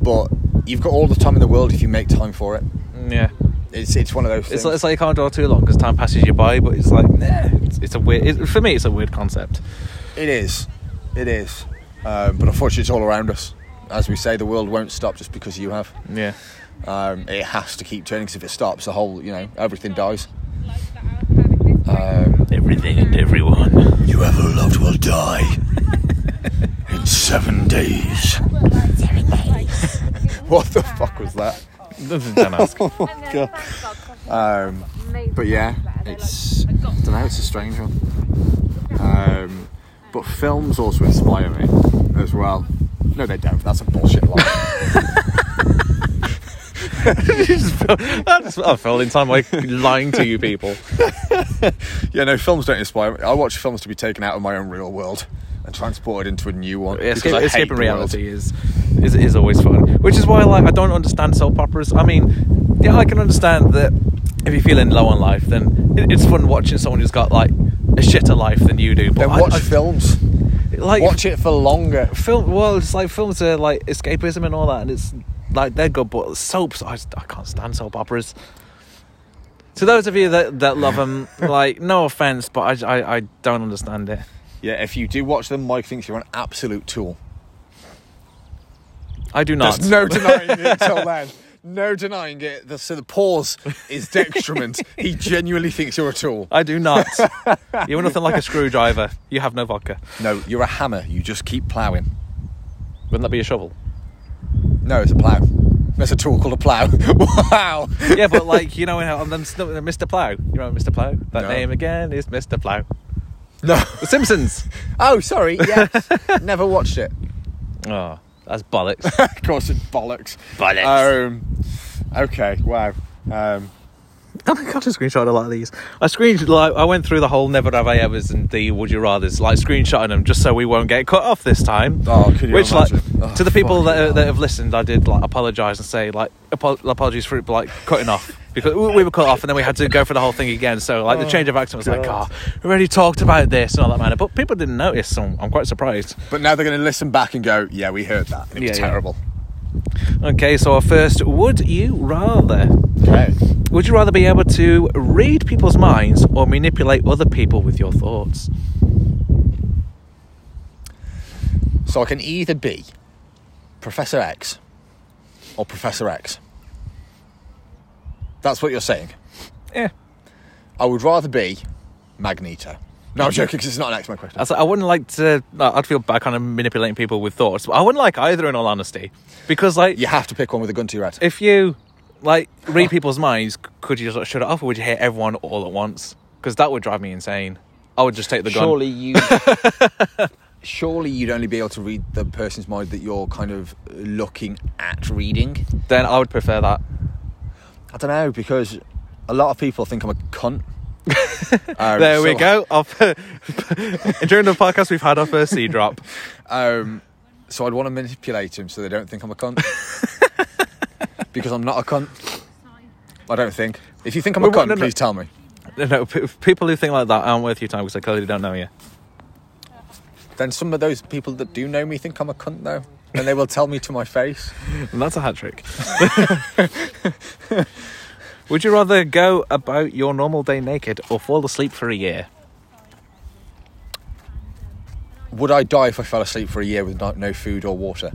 but you've got all the time in the world if you make time for it. yeah, It's it's one of those it's things. like, it's like you can't dwell too long because time passes you by. But it's like, nah, it's, it's a weird. It, for me, it's a weird concept. It is. It is. Um, but unfortunately, it's all around us. As we say, the world won't stop just because you have. Yeah. Um, it has to keep turning because if it stops, the whole, you know, everything dies. Um, Everything and everyone. You ever loved will die in seven days. What the fuck was that? Don't ask. Um, but yeah, it's I don't know, it's a strange one. Um, but films also inspire me as well. No, they don't. That's a bullshit lie. I, just, I felt in time like lying to you people. yeah, no, films don't inspire me. I watch films to be taken out of my own real world and transported into a new one. because Escape, I hate escaping the world. reality is, is is always fun, which is why like I don't understand soap operas. I mean, yeah, I can understand that if you're feeling low on life, then it, it's fun watching someone who's got like a shitter life than you do. But Then I- watch I- films. like watch it for longer. film. Well, it's like films are like escapism and all that, and it's like they're good. But soaps, I, just- I can't stand soap operas. To those of you that, that love them, like no offense, but I, I I don't understand it. Yeah, if you do watch them, Mike thinks you're an absolute tool. I do not. There's no denying it until then. No denying it. The, so the pause is detriment. he genuinely thinks you're a tool. I do not. You're nothing like a screwdriver. You have no vodka. No, you're a hammer. You just keep ploughing. Wouldn't that be a shovel? No, it's a plough. That's a tool called a plough. wow. Yeah, but like you know, and then sn- Mr. Plow. You remember Mr. Plow? That No. name again is Mr. Plow. No. The Simpsons. Oh, sorry. Yes. Never watched it. Oh, that's bollocks. of course, it's bollocks. Bollocks. Um, okay. Wow. Um, Oh my god, I screenshot a lot of these. I screen like I went through the whole never have I ever's and the would you rather's, like screenshotting them just so we won't get cut off this time. Oh, could you Which imagine? like Oh, to the people that, fucking that have listened, I did like apologise and say like apo- apologies for like cutting off because we we were cut off and then we had to go for the whole thing again. So like the change of accent was like, oh, God. we already talked about this and all that manner, but people didn't notice. So I'm quite surprised. but now they're going to listen back and go, "Yeah, we heard that. and It was Yeah, yeah. terrible." Okay, so our first, would you rather? Okay. Would you rather be able to read people's minds or manipulate other people with your thoughts? So I can either be Professor X or Professor X. That's what you're saying. Yeah. I would rather be Magneto. No, I'm joking because it's not an X Men question. I was like, I wouldn't like to. no, I'd feel bad kind of manipulating people with thoughts, but I wouldn't like either, in all honesty, because like You have to pick one with a gun to your head. if you like read people's minds, c- could you just like, shut it off, or would you hit everyone all at once? Because that would drive me insane. I would just take the gun. surely you, surely you'd only be able to read the person's mind that you're kind of looking at reading. Then I would prefer that. I don't know because a lot of people think I'm a cunt. Um, There we so- go. Our fir- During the podcast, we've had our first C drop. Um, so I'd want to manipulate him so they don't think I'm a cunt. because I'm not a cunt. I don't think. If you think I'm a Well, well, cunt, no, no. please tell me. No, No, p- people who think like that aren't worth your time because they clearly don't know you. Then some of those people that do know me think I'm a cunt, though. And they will tell me to my face. And that's a hat trick. Would you rather go about your normal day naked or fall asleep for a year? Would I die if I fell asleep for a year with no, no food or water?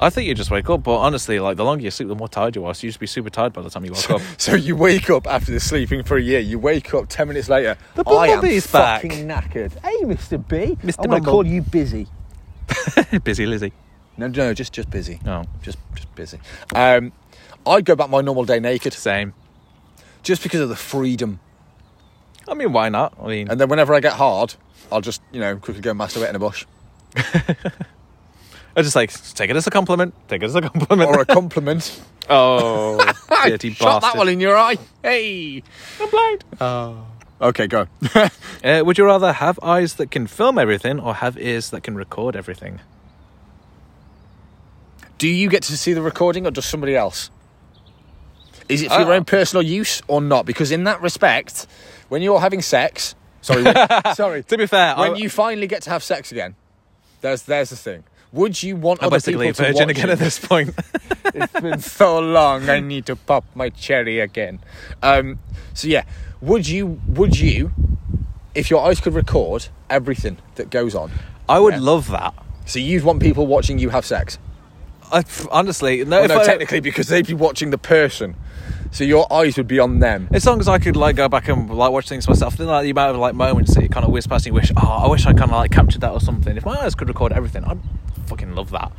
I think you just wake up, but honestly, like the longer you sleep, the more tired you are. So you just be super tired by the time you wake up. So you wake up after the sleeping for a year. You wake up ten minutes later. The I am bumblebee's back." fucking knackered. Hey, Mr. B. Mr. I'm gonna Bumble. call you busy. Busy Lizzie. No, no, just just busy. Oh, Just just busy. Um, I'd go back my normal day naked same. just because of the freedom. I mean, why not? I mean, And then whenever I get hard, I'll just you know quickly go masturbate in a bush I just like take it as a compliment. Take it as a compliment. or a compliment. oh, dirty Shot that bastard! one in your eye. Hey. I'm blind. Okay, go. Uh, would you rather have eyes that can film everything or have ears that can record everything? Do you get to see the recording or does somebody else? Is it for Uh, your own personal use or not? Because in that respect, when you're having sex, sorry, when, sorry. To be fair, when I, you finally get to have sex again, there's there's the thing. Would you want I'm other basically people a to virgin watch again it? at this point. it's been so long. I need to pop my cherry again. Um, so yeah, would you? Would you? If your eyes could record everything that goes on, I would Yeah. love that. so you'd want people watching you have sex. I, honestly, no. Well, if no, I- technically, because they'd be watching the person, so your eyes would be on them. As long as I could like go back and like watch things myself, then like the amount of like moments that you kind of whiz past and you wish, oh, I wish I kind of like captured that or something. If my eyes could record everything, I'd fucking love that.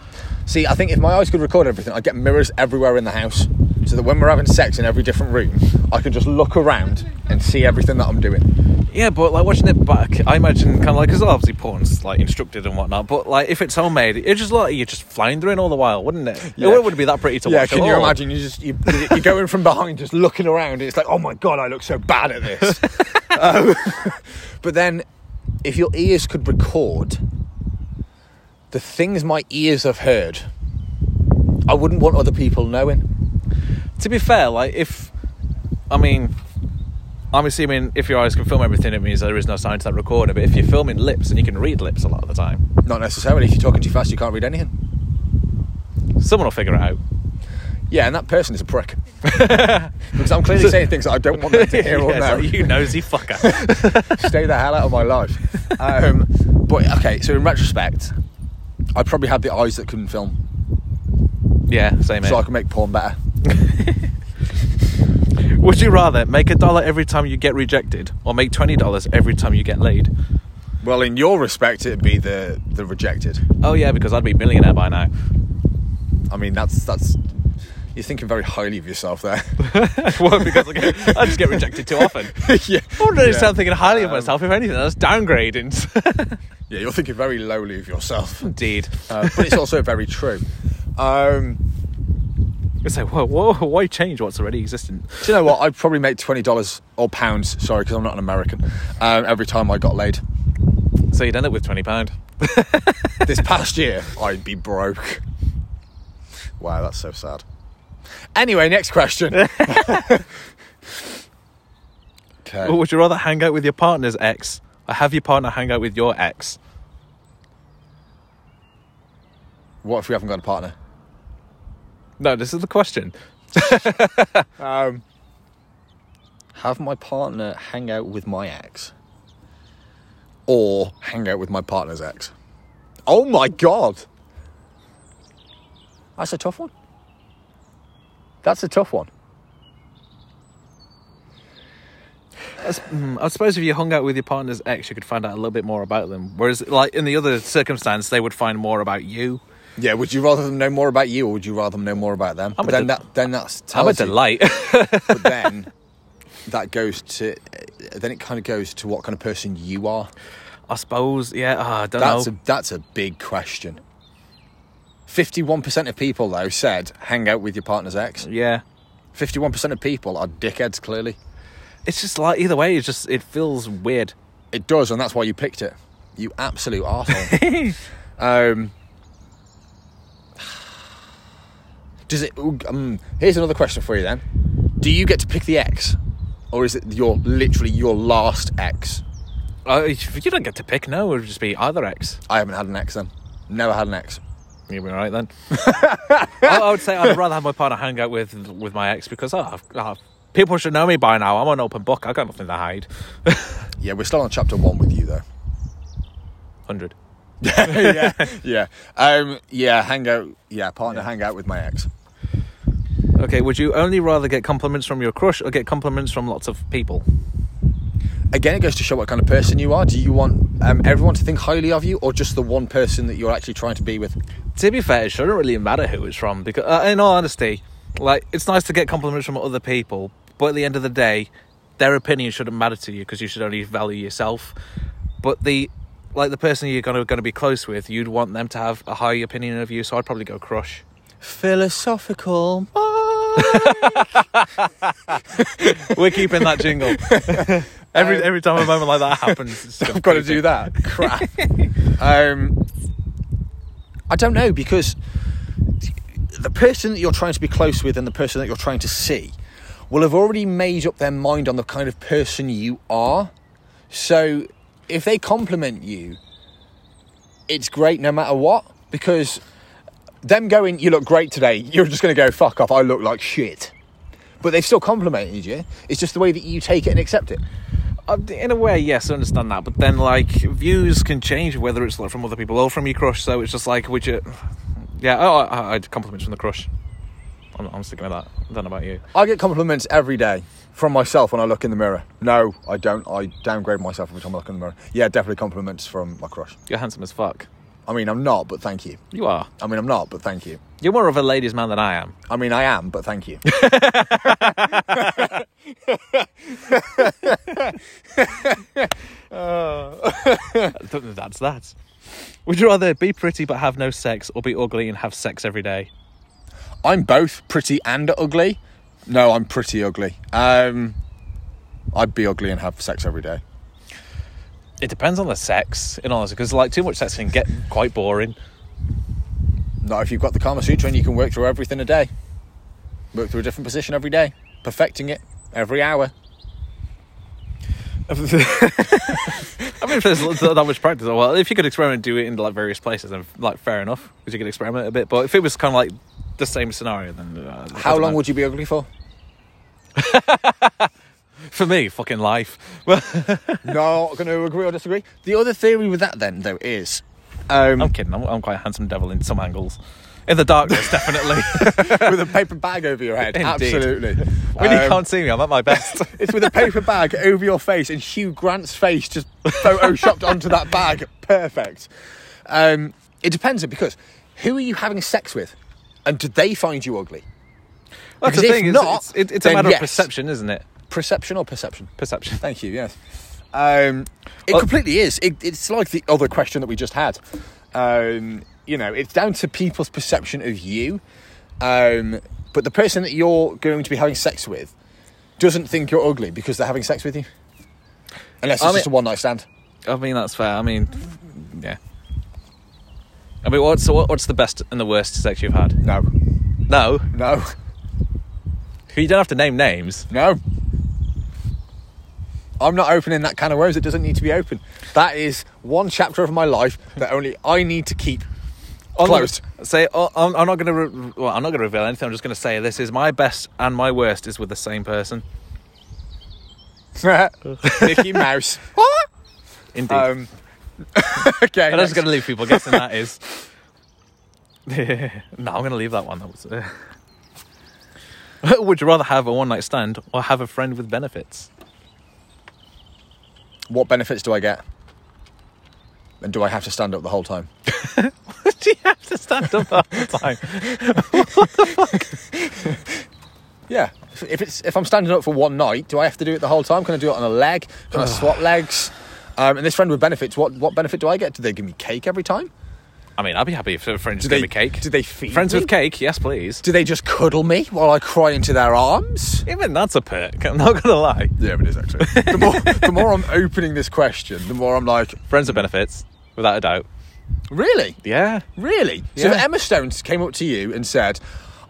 See, I think if my eyes could record everything, I'd get mirrors everywhere in the house, so that when we're having sex in every different room, I can just look around and see everything that I'm doing. Yeah, but like watching it back, I imagine kind of like because obviously porn's like instructed and whatnot, but like if it's homemade, it's just like you're just floundering all the while, wouldn't it? Yeah. It wouldn't be that pretty to yeah, watch. can at you all. imagine? You just you, you're going from behind, just looking around, and it's like, oh my god, I look so bad at this. Um, but then, if your ears could record the things my ears have heard, I wouldn't want other people knowing. To be fair, like if I mean, I'm assuming if your eyes can film everything, it means there is no science that recorder. But if you're filming lips, then you can read lips a lot of the time. Not necessarily. If you're talking too fast, you can't read anything. Someone will figure it out. Yeah, and that person is a prick. because I'm clearly saying things that I don't want them to hear or Yeah, know. it's like, you nosy fucker. Stay the hell out of my life. Um, but okay, so in retrospect, I probably had the eyes that couldn't film. Yeah, same so I here. can make porn better. Would you rather make a dollar every time you get rejected or make $20 every time you get laid? Well, in your respect, it'd be the the rejected. Oh, yeah, because I'd be a millionaire by now. I mean, that's that's you're thinking very highly of yourself there. well, because I, get, I just get rejected too often. yeah. I wouldn't really Yeah. sound thinking highly of Um, myself. If anything, that's downgrading. Yeah, you're thinking very lowly of yourself, Indeed. uh, but it's also very true. Um, It's like, whoa, whoa, why change what's already existing? do you know what? I'd probably make twenty dollars or pounds. Sorry, because I'm not an American. Um, every time I got laid So you'd end up with twenty pound. this past year, I'd be broke. Wow, that's so sad. Anyway, next question. okay. Or would you rather hang out with your partner's ex or have your partner hang out with your ex? What if we haven't got a partner? No, this is the question. Um, have my partner hang out with my ex, or hang out with my partner's ex. Oh my god, that's a tough one. That's a tough one. Hmm, I suppose if you hung out with your partner's ex, you could find out a little bit more about them. Whereas, like in the other circumstance, they would find more about you. Yeah, would you rather them know more about you, or would you rather them know more about them? I'm but a then del- that then that's I'm a tells you- delight. But then that goes to then it kind of goes to what kind of person you are. I suppose, yeah. ah, I don't That's know. a that's a big question. Fifty-one percent of people though said hang out with your partner's ex. yeah, Fifty-one percent of people are dickheads. Clearly, it's just like either way. It just it feels weird. it does, and that's why you picked it. You absolute arsehole. um, does it? Um, here's another question for you then. Do you get to pick the ex, or is it your literally your last ex? Uh, you don't get to pick. No, it would just be either ex. I haven't had an ex then. Never had an ex. You'll be all right then. I, I would say I'd rather have my partner hang out with with my ex because oh, I've, oh, people should know me by now. I'm an open book. I got nothing to hide. Yeah, we're still on chapter one with you though. Hundred. yeah, yeah, um, yeah. Hang out, yeah. Partner, hang out with my ex. Okay. Would you only rather get compliments from your crush or get compliments from lots of people? Again, it goes to show what kind of person you are. Do you want um, everyone to think highly of you, or just the one person that you're actually trying to be with? To be fair, it shouldn't really matter who it's from because, uh, in all honesty, like it's nice to get compliments from other people, but at the end of the day, their opinion shouldn't matter to you because you should only value yourself. But the like the person you're gonna gonna be close with, you'd want them to have a high opinion of you. So I'd probably go crush. Philosophical. We're keeping that jingle. every every time a moment like that happens, it's I've got to do that. Crap. um, I don't know because the person that you're trying to be close with and the person that you're trying to see will have already made up their mind on the kind of person you are. So if they compliment you, it's great no matter what because them going, you look great today, you're just going to go, fuck off, I look like shit. But they've still complimented you. It's just the way that you take it and accept it. Uh, In a way, yes, I understand that. But then, like, views can change whether it's like from other people or from your crush. So it's just like, would you? Yeah, oh, I, I'd compliments from the crush. I'm, I'm sticking with that. I don't know about you. I get compliments every day from myself when I look in the mirror. No, I don't. I downgrade myself every time I look in the mirror. Yeah, definitely compliments from my crush. You're handsome as fuck. I mean, I'm not, but thank you. You are. I mean, I'm not, but thank you. You're more of a ladies' man than I am. I mean, I am, but thank you. I don't think Uh, That's that. Would you rather be pretty but have no sex, or be ugly and have sex every day? I'm both pretty and ugly. No, I'm pretty ugly. Um, I'd be ugly and have sex every day. It depends on the sex, in honesty, because like too much sex can get quite boring. Not if you've got the Kama Sutra and you can work through everything a day. Work through a different position every day, perfecting it every hour. I mean, if there's not that much practice, well, if you could experiment and do it in like various places, then like fair enough, because you could experiment a bit. But if it was kind of like the same scenario, then uh, How long would you be ugly for? for me fucking life? Well, not going to agree or disagree. The other theory with that, then, though, is um, I'm kidding. I'm, I'm quite a handsome devil in some angles. In the darkness, definitely. with a paper bag over your head. Indeed. Absolutely. when you Um, can't see me, I'm at my best. It's with a paper bag over your face and Hugh Grant's face just photoshopped onto that bag. Perfect. Um, it depends because who are you having sex with, and do they find you ugly? That's Because the if thing. not, it's, it's, it's a then matter yes. of perception, isn't it? Perception or perception? Perception. Thank you. Yes. Um, it Well- completely is. It, it's like the other question that we just had. Um, you know, it's down to people's perception of you. Um, but the person that you're going to be having sex with doesn't think you're ugly because they're having sex with you. Unless it's I mean- just a one night stand. I mean, that's fair. I mean, yeah. I mean, what's what, what's the best and the worst sex you've had? No. No, No. you don't have to name names. No. I'm not opening that can of worms. It doesn't need to be open. That is one chapter of my life that only I need to keep closed. I'm gonna say oh, I'm, I'm not going to. Re- well, I'm not going to reveal anything. I'm just going to say this is my best and my worst is with the same person. Mickey Mouse. Indeed. Um, okay. I'm just next. going to leave people guessing that is. no, I'm going to leave that one. That was. uh, Would you rather have a one night stand or have a friend with benefits? What benefits do I get? And do I have to stand up the whole time? Do you have to stand up the whole time? Yeah. If- If it's if I'm standing up for one night, do I have to do it the whole time? Can I do it on a leg? Can I swap legs? Um, and this friend with benefits, what what benefit do I get? Do they give me cake every time? I mean, I'd be happy if a friend just they gave me cake. Do they feed Friends me? with cake, yes, please. Do they just cuddle me while I cry into their arms? Even that's a perk. I'm not gonna lie. Yeah, but it is actually. The more, the more I'm opening this question, the more I'm like, Friends with benefits, without a doubt. really? Yeah. Really? So Yeah. if Emma Stone came up to you and said,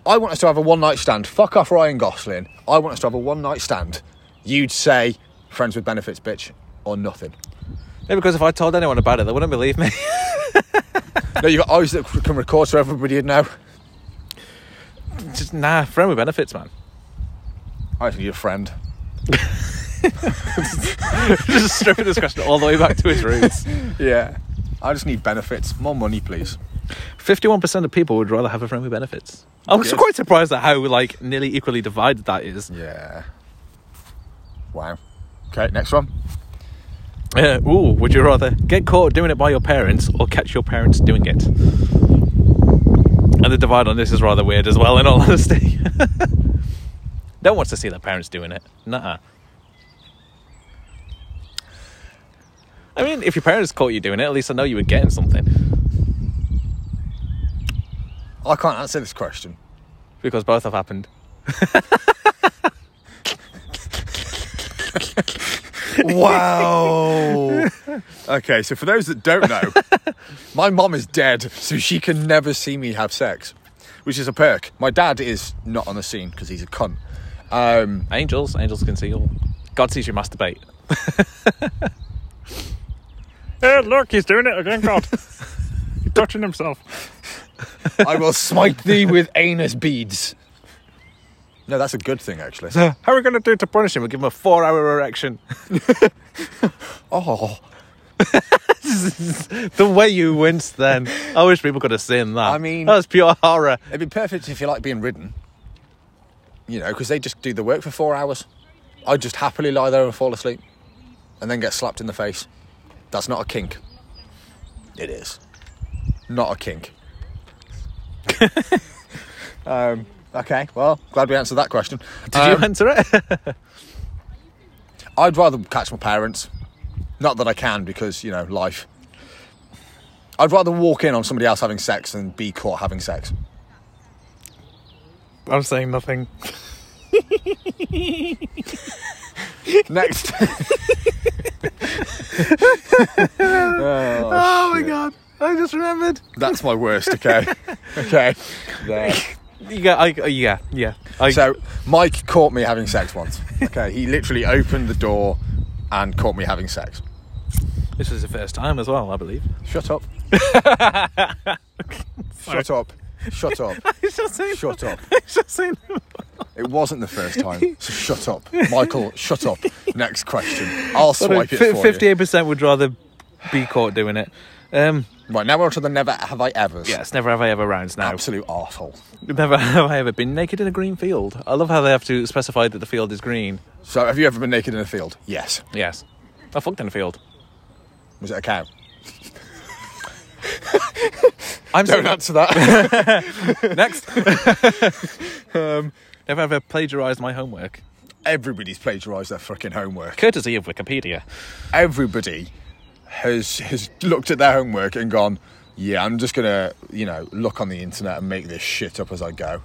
I want us to have a one night stand. Fuck off Ryan Gosling. I want us to have a one night stand. You'd say, friends with benefits, bitch, or nothing. Yeah, because if I told anyone about it, they wouldn't believe me. no, you've got eyes that can record so everybody would know. just nah, friend with benefits, man. I think you're a friend. just stripping this question all the way back to its roots. Yeah. I just need benefits. More money, please. Fifty-one percent of people would rather have a friend with benefits. I was Yes. quite surprised at how like nearly equally divided that is. Yeah. Wow. Okay, next one. Uh, ooh, would you rather get caught doing it by your parents or catch your parents doing it? And the divide on this is rather weird as well, in all honesty. no one wants to see their parents doing it. Nah. I mean, if your parents caught you doing it, at least I know you were getting something. I can't answer this question. Because both have happened. Wow. okay, so for those that don't know, my mom is dead, so she can never see me have sex, which is a perk. My dad is not on the scene because he's a cunt. Um, Angels, angels can see all. God sees you masturbate. Eh, look, he's doing it again, God. he's touching himself. I will smite thee with anus beads. No, that's a good thing, actually. How are we going to do to punish him? We'll give him a four hour erection. Oh, the way you winced then. I wish people could have seen that. I mean- that was pure horror. it'd be perfect if you like being ridden, you know, because they just do the work for four hours. I just happily lie there and fall asleep and then get slapped in the face. That's not a kink. It is. Not a kink. um, okay, well, glad we answered that question. Did Um, you answer it? I'd rather catch my parents. Not that I can, because, you know, life. I'd rather walk in on somebody else having sex than be caught having sex. I'm saying nothing. Next. Oh my god! I just remembered. That's my worst, okay? okay. Yeah, I, uh, yeah, yeah. I, So, Mike caught me having sex once. Okay, he literally opened the door and caught me having sex. this was the first time as well, I believe. Shut up. Shut up. Shut up. It's just saying. Shut up. It's just saying. It wasn't the first time. So shut up. Michael, shut up. Next question. I'll swipe it for you. Fifty-eight percent would rather be caught doing it. Um, Right, now we're on to the never have I ever. yes, never have I ever rounds now. Absolute arsehole. Never have I ever been naked in a green field. I love how they have to specify that the field is green. So, have you ever been naked in a field? Yes. Yes. I fucked in a field. Was it a cow? I'm Don't so answer that. next. never have Um, I plagiarised my homework. Everybody's plagiarised their fucking homework. Courtesy of Wikipedia. Everybody has has looked at their homework and gone, yeah, I'm just gonna, you know, look on the internet and make this shit up as I go.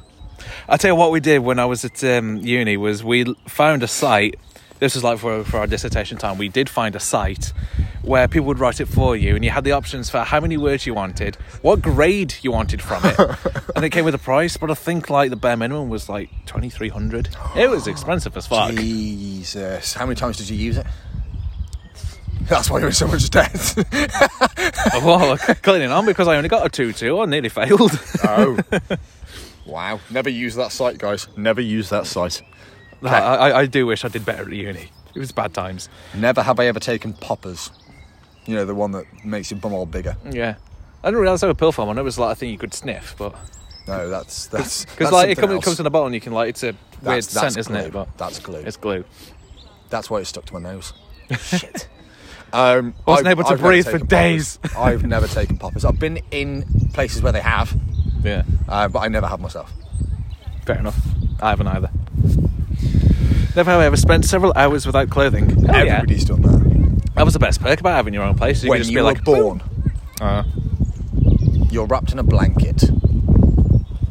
I tell you what we did when I was at um, uni was we l- found a site. This was like for for our dissertation time. We did find a site where people would write it for you, and you had the options for how many words you wanted, what grade you wanted from it, and it came with a price. But I think like the bare minimum was like twenty three hundred. It was expensive as fuck. Jesus. How many times did you use it? That's why you're in so much debt. well, cleaning on because I only got a two two. I nearly failed. oh. Wow. Never use that site, guys. Never use that site. I, I, I do wish I did better at uni. It was bad times. Never have I ever taken poppers. You know, the one that makes your bumhole bigger. Yeah. I didn't realise they were pill form. I know it was like a thing you could sniff, but No, that's that's Because that's like it, something come, it else. comes in a bottle, and you can like it's a weird That's- that's scent, isn't it? glue. But that's glue. it's glue. That's why it stuck to my nose. Shit. Um, Wasn't I've- able to I've never breathe for taken days. poppers. I've never taken poppers. I've been in places where they have, Yeah, uh, but I never have myself. fair enough. I haven't either. Never have I ever spent several hours without clothing. Hell Oh, yeah. Everybody's done that. That was the best perk about having your own place. You when could just you be were like born, Uh, you're wrapped in a blanket.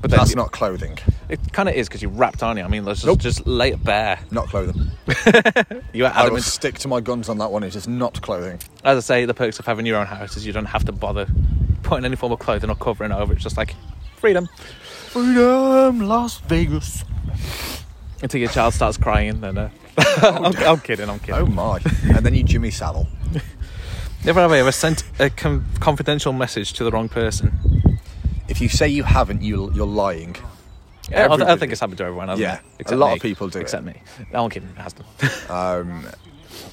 but then That's you- not clothing. It kind of is because you're wrapped, aren't you? I mean, let's just, Nope. just lay it bare. Not clothing. You are I will adamant. stick to my guns on that one. It is not clothing. As I say, the perks of having your own house is you don't have to bother putting any form of clothing or covering over. It's just like freedom. Freedom, Las Vegas. Until your child starts crying, then. Uh, I'm, I'm kidding. I'm kidding. Oh my! and then you Jimmy Savile. Never have I ever sent a com- confidential message to the wrong person. If you say you haven't, you you're lying. Yeah, I, th- I Everybody. think it's happened to everyone. hasn't Yeah, it? a lot me. of people do it. Except me. No, I'm kidding. It hasn't.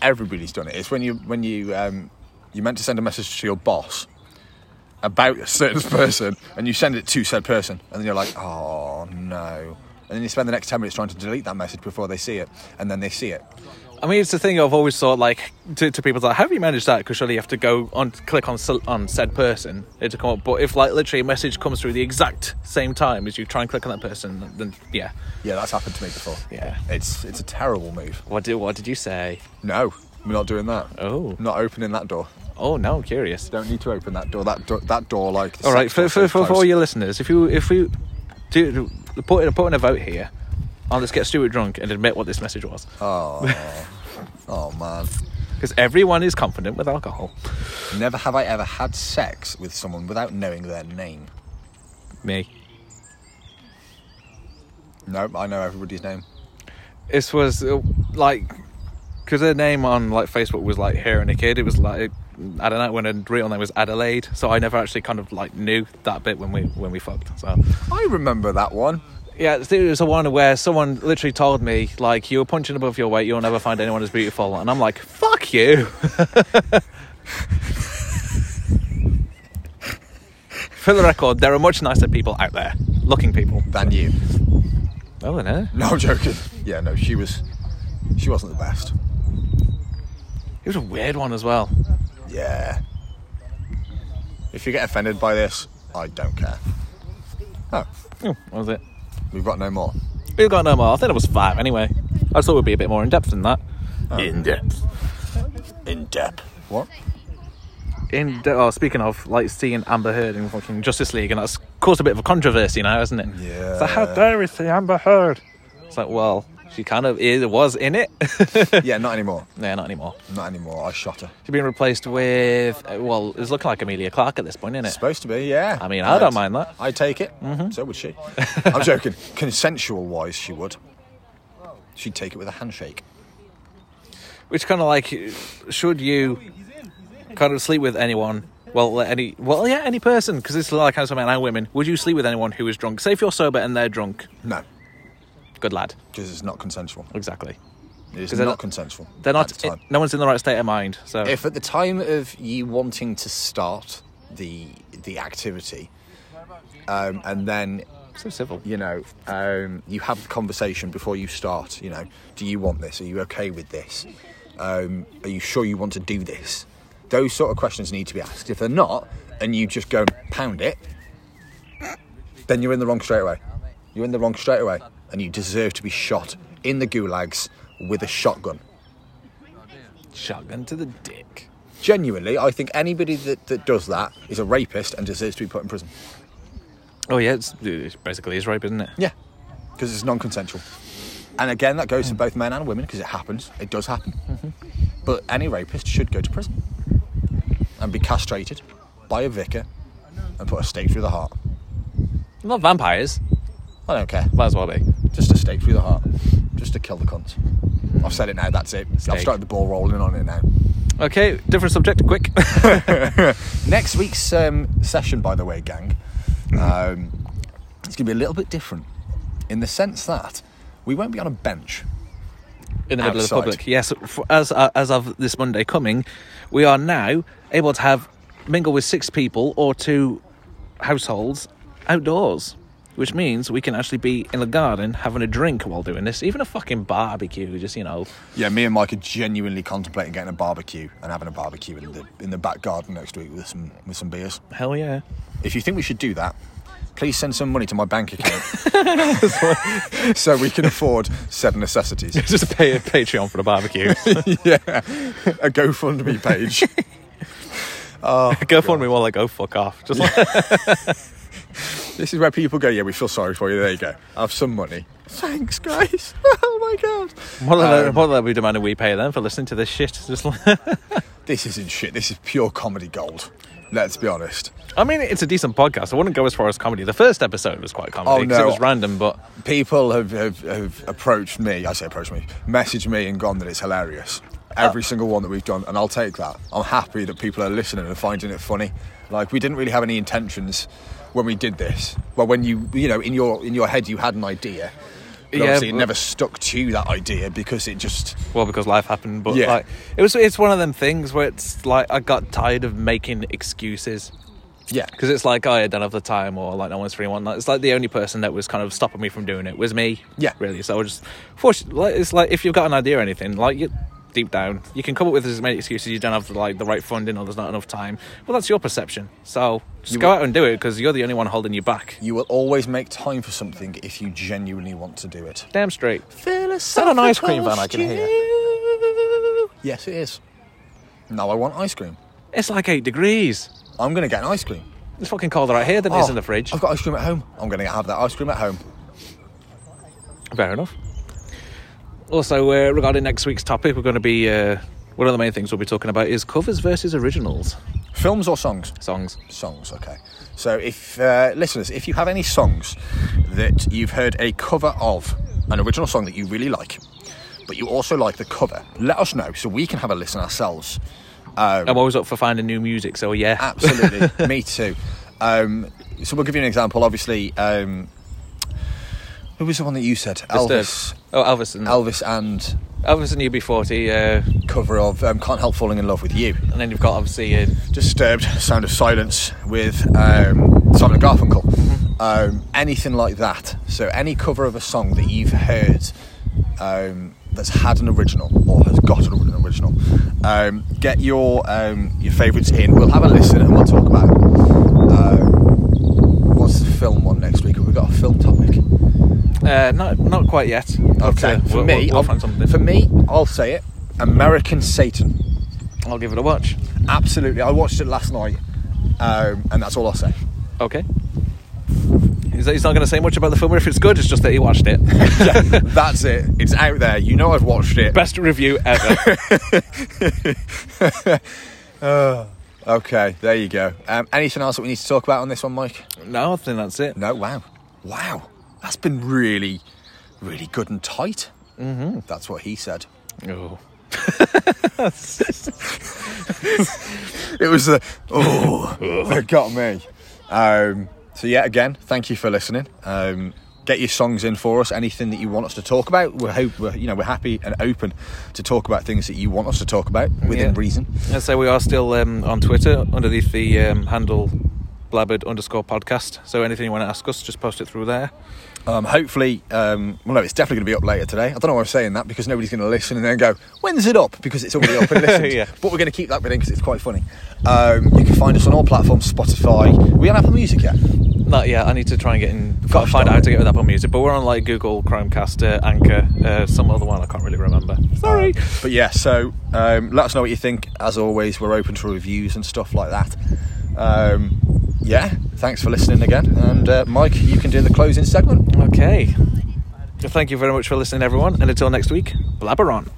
Everybody's done it. It's when you when you um, you meant to send a message to your boss about a certain person, and you send it to said person, and then you're like, oh no. And then you spend the next 10 minutes trying to delete that message before they see it, and then they see it. I mean, it's the thing I've always thought, like, to, to people, it's like, how do you manage that? Because surely you have to go on, click on sel- on said person to come up. But if, like, literally a message comes through the exact same time as you try and click on that person, then, then yeah. Yeah, that's happened to me before. Yeah. It's it's a terrible move. What did, what did you say? No, we're not doing that. Oh. Not opening that door. Oh, now I'm curious. Don't need to open that door. That door, that door like. the All right, for, sexual for, thing for, for all closed. your listeners, if you if we do put putting a vote here, on let's get Stuart drunk and admit what this message was, Oh man. because everyone is confident with alcohol. Never have I ever had sex with someone without knowing their name. Me. Nope, I know everybody's name. This was uh, like because her name on like Facebook was like her and a kid. It was like I don't know when her real name was Adelaide, so I never actually kind of like knew that bit when we when we fucked. So I remember that one. yeah, it's- it was a one where someone literally told me like you were punching above your weight, you'll never find anyone as beautiful, and I'm like fuck you. For the record, there are much nicer people out there, looking people. Than you. Oh, I know. No, I'm joking. Yeah, no, she was. She wasn't the best. It was a weird one as well. Yeah. If you get offended by this, I don't care. Oh, Oh, what was it? we've got no more. We've got no more. I think it was five anyway. I just thought we'd be a bit more in depth than that. In depth. In depth. What? In de- oh, speaking of, like seeing Amber Heard in fucking Justice League, and that's caused a bit of a controversy now, hasn't it? Yeah. So how dare- There is the Amber Heard. It's like, well, she kind of is, was in it. yeah, not anymore. no, not anymore. Not anymore. I shot her. She's been replaced with, uh, well, it's looking like Amelia Clark at this point, isn't it? Supposed to be, yeah. I mean, I don't mind that. Mm-hmm. I take it. So would she. I'm joking. Consensual wise, she would. She'd take it with a handshake. Which kind of like, should you kind of sleep with anyone? Well, let any well, yeah, any person, because it's like how some men and women. Would you sleep with anyone who is drunk? Say if you're sober and they're drunk, No, good lad, because it's not consensual. exactly. It is 'Cause they're not not- consensual. They're At not. the time. no one's in the right state of mind. So if at the time of you wanting to start, the the activity, um, and then So civil. you know um, you have a conversation before you start. You know, do you want this? Are you okay with this? Um, are you sure you want to do this? Those sort of questions need to be asked. If they're not, and you just go and pound it, then you're in the wrong straight away. You're in the wrong straight away, and you deserve to be shot in the gulags with a shotgun. Shotgun to the dick. Genuinely, I think anybody that, that does that is a rapist and deserves to be put in prison. Oh yeah, it's, it's basically his rape, isn't it? Yeah, because it's non-consensual. And again, that goes to both men and women because it happens. It does happen. But any rapist should go to prison and be castrated by a vicar and put a stake through the heart. Not vampires. I don't care. Might as well be. Just a stake through the heart. Just to kill the cunts. I've said it now. That's it. Stake. I've started the ball rolling on it now. Okay, different subject. Quick. Next week's um, session, by the way, gang, um, it's going to be a little bit different in the sense that we won't be on a bench. in the middle of the Outside. public. Yes, f as uh, as of this Monday coming, we are now able to have mingle with six people or two households outdoors, which means we can actually be in the garden having a drink while doing this, even a fucking barbecue. Just you know, Yeah, me and Mike are genuinely contemplating getting a barbecue and having a barbecue in the in the back garden next week with some with some beers. hell yeah. If you think we should do that, please send some money to my bank account so we can afford said necessities. Just a pay Patreon for the barbecue. yeah, a GoFundMe page. go for me while I go fuck off. Just like this is where people go. Yeah, we feel sorry for you. There you go. Have some money. Thanks, guys. oh my god. more than Um, more than we demanding we pay them for listening to this shit. Just like, This isn't shit. This is pure comedy gold. Let's be honest. I mean, it's a decent podcast. I wouldn't go as far as comedy. The first episode was quite comedy Oh, 'cause no. it was random, but people have, have, have approached me, I say approached me, messaged me and gone that it's hilarious. Oh. Every single one that we've done, and I'll take that. I'm happy that people are listening and finding it funny. Like we didn't really have any intentions when we did this. Well, when you you know in your in your head you had an idea, but Yeah, obviously it but- never stuck to that idea because it just well because life happened but Yeah. like it was it's one of them things where it's like i got tired of making excuses yeah because it's like oh, i don't have the time or like no one's free one it's like the only person that was kind of stopping me from doing it was me Yeah. really so i just fortunately like, it's like if you've got an idea or anything like you deep down you can come up with as many excuses you don't have like the right funding or there's not enough time well that's your perception so just go out and do it because you're the only one holding you back you will always make time for something if you genuinely want to do it. damn straight Is that an ice cream van I can hear? Yes, it is. Now I want ice cream. it's like eight degrees I'm gonna get an ice cream. it's fucking colder out here than it is Oh, in the fridge I've got ice cream at home. I'm going to have that ice cream at home. Fair enough. Also, uh, regarding next week's topic, we're going to be uh, one of the main things we'll be talking about is covers versus originals Films or songs? songs. Songs, okay. So, if uh, listeners, if you have any songs that you've heard a cover of, an original song that you really like, but you also like the cover, let us know so we can have a listen ourselves. Um, I'm always up for finding new music, so yeah. Absolutely, me too. Um, so we'll give you an example. Obviously, um, who was the one that you said? Disturbed. Elvis. Oh, Elvis and Elvis and Elvis and UB40, uh, cover of um, "Can't Help Falling in Love with You." and then you've got obviously uh, Disturbed, Sound of Silence with um, Simon and Mm-hmm. Garfunkel, um, anything like that. So any cover of a song that you've heard um, that's had an original or has got an original, um, get your um, your favourites in. We'll have a listen and we'll talk about. it. Um, what's the film one next week? Have we got a film topic? uh, not not quite yet. Okay, But, uh, for we'll- me, we'll, we'll I'll- find something. for me, I'll say it. American Satan. I'll give it a watch. Absolutely, I watched it last night, um, and that's all I'll say. Okay. He's, he's not going to say much about the film or if it's good. It's just that he watched it. yeah, that's it. It's out there. You know I've watched it. Best review ever. Oh, Okay, there you go. Um, anything else that we need to talk about on this one, Mike? no, I think that's it. No. Wow. Wow. That's been really, really good and tight. Mm-hmm. That's what he said. Oh. It was the oh, that got me. Um, so yeah, again, thank you for listening. Um, get your songs in for us. Anything that you want us to talk about, we're hope we're, you know we're happy and open to talk about things that you want us to talk about Yeah. within reason. Let's say we are still um, on Twitter underneath the um, handle blabbered underscore podcast. So anything you want to ask us, just post it through there. Um, hopefully, um, well, no, it's definitely going to be up later today. I don't know why I'm saying that because nobody's going to listen and then go, when's it up? Because it's already up and listened. Yeah. But we're going to keep that bit in because it's quite funny. Um, you can find us on all platforms Spotify. Are we on Apple Music yet? Not yet. I need to try and get in. Got Gosh, to find out darn how it. to get with Apple Music, but we're on like Google Chromecast, uh, Anchor, uh, some other one. I can't really remember. Sorry. Um, but yeah, so um, let us know what you think. As always, we're open to reviews and stuff like that. Um, yeah, thanks for listening again. And uh, Mike, you can do the closing segment. okay. Thank you very much for listening, everyone, and until next week, blabber on.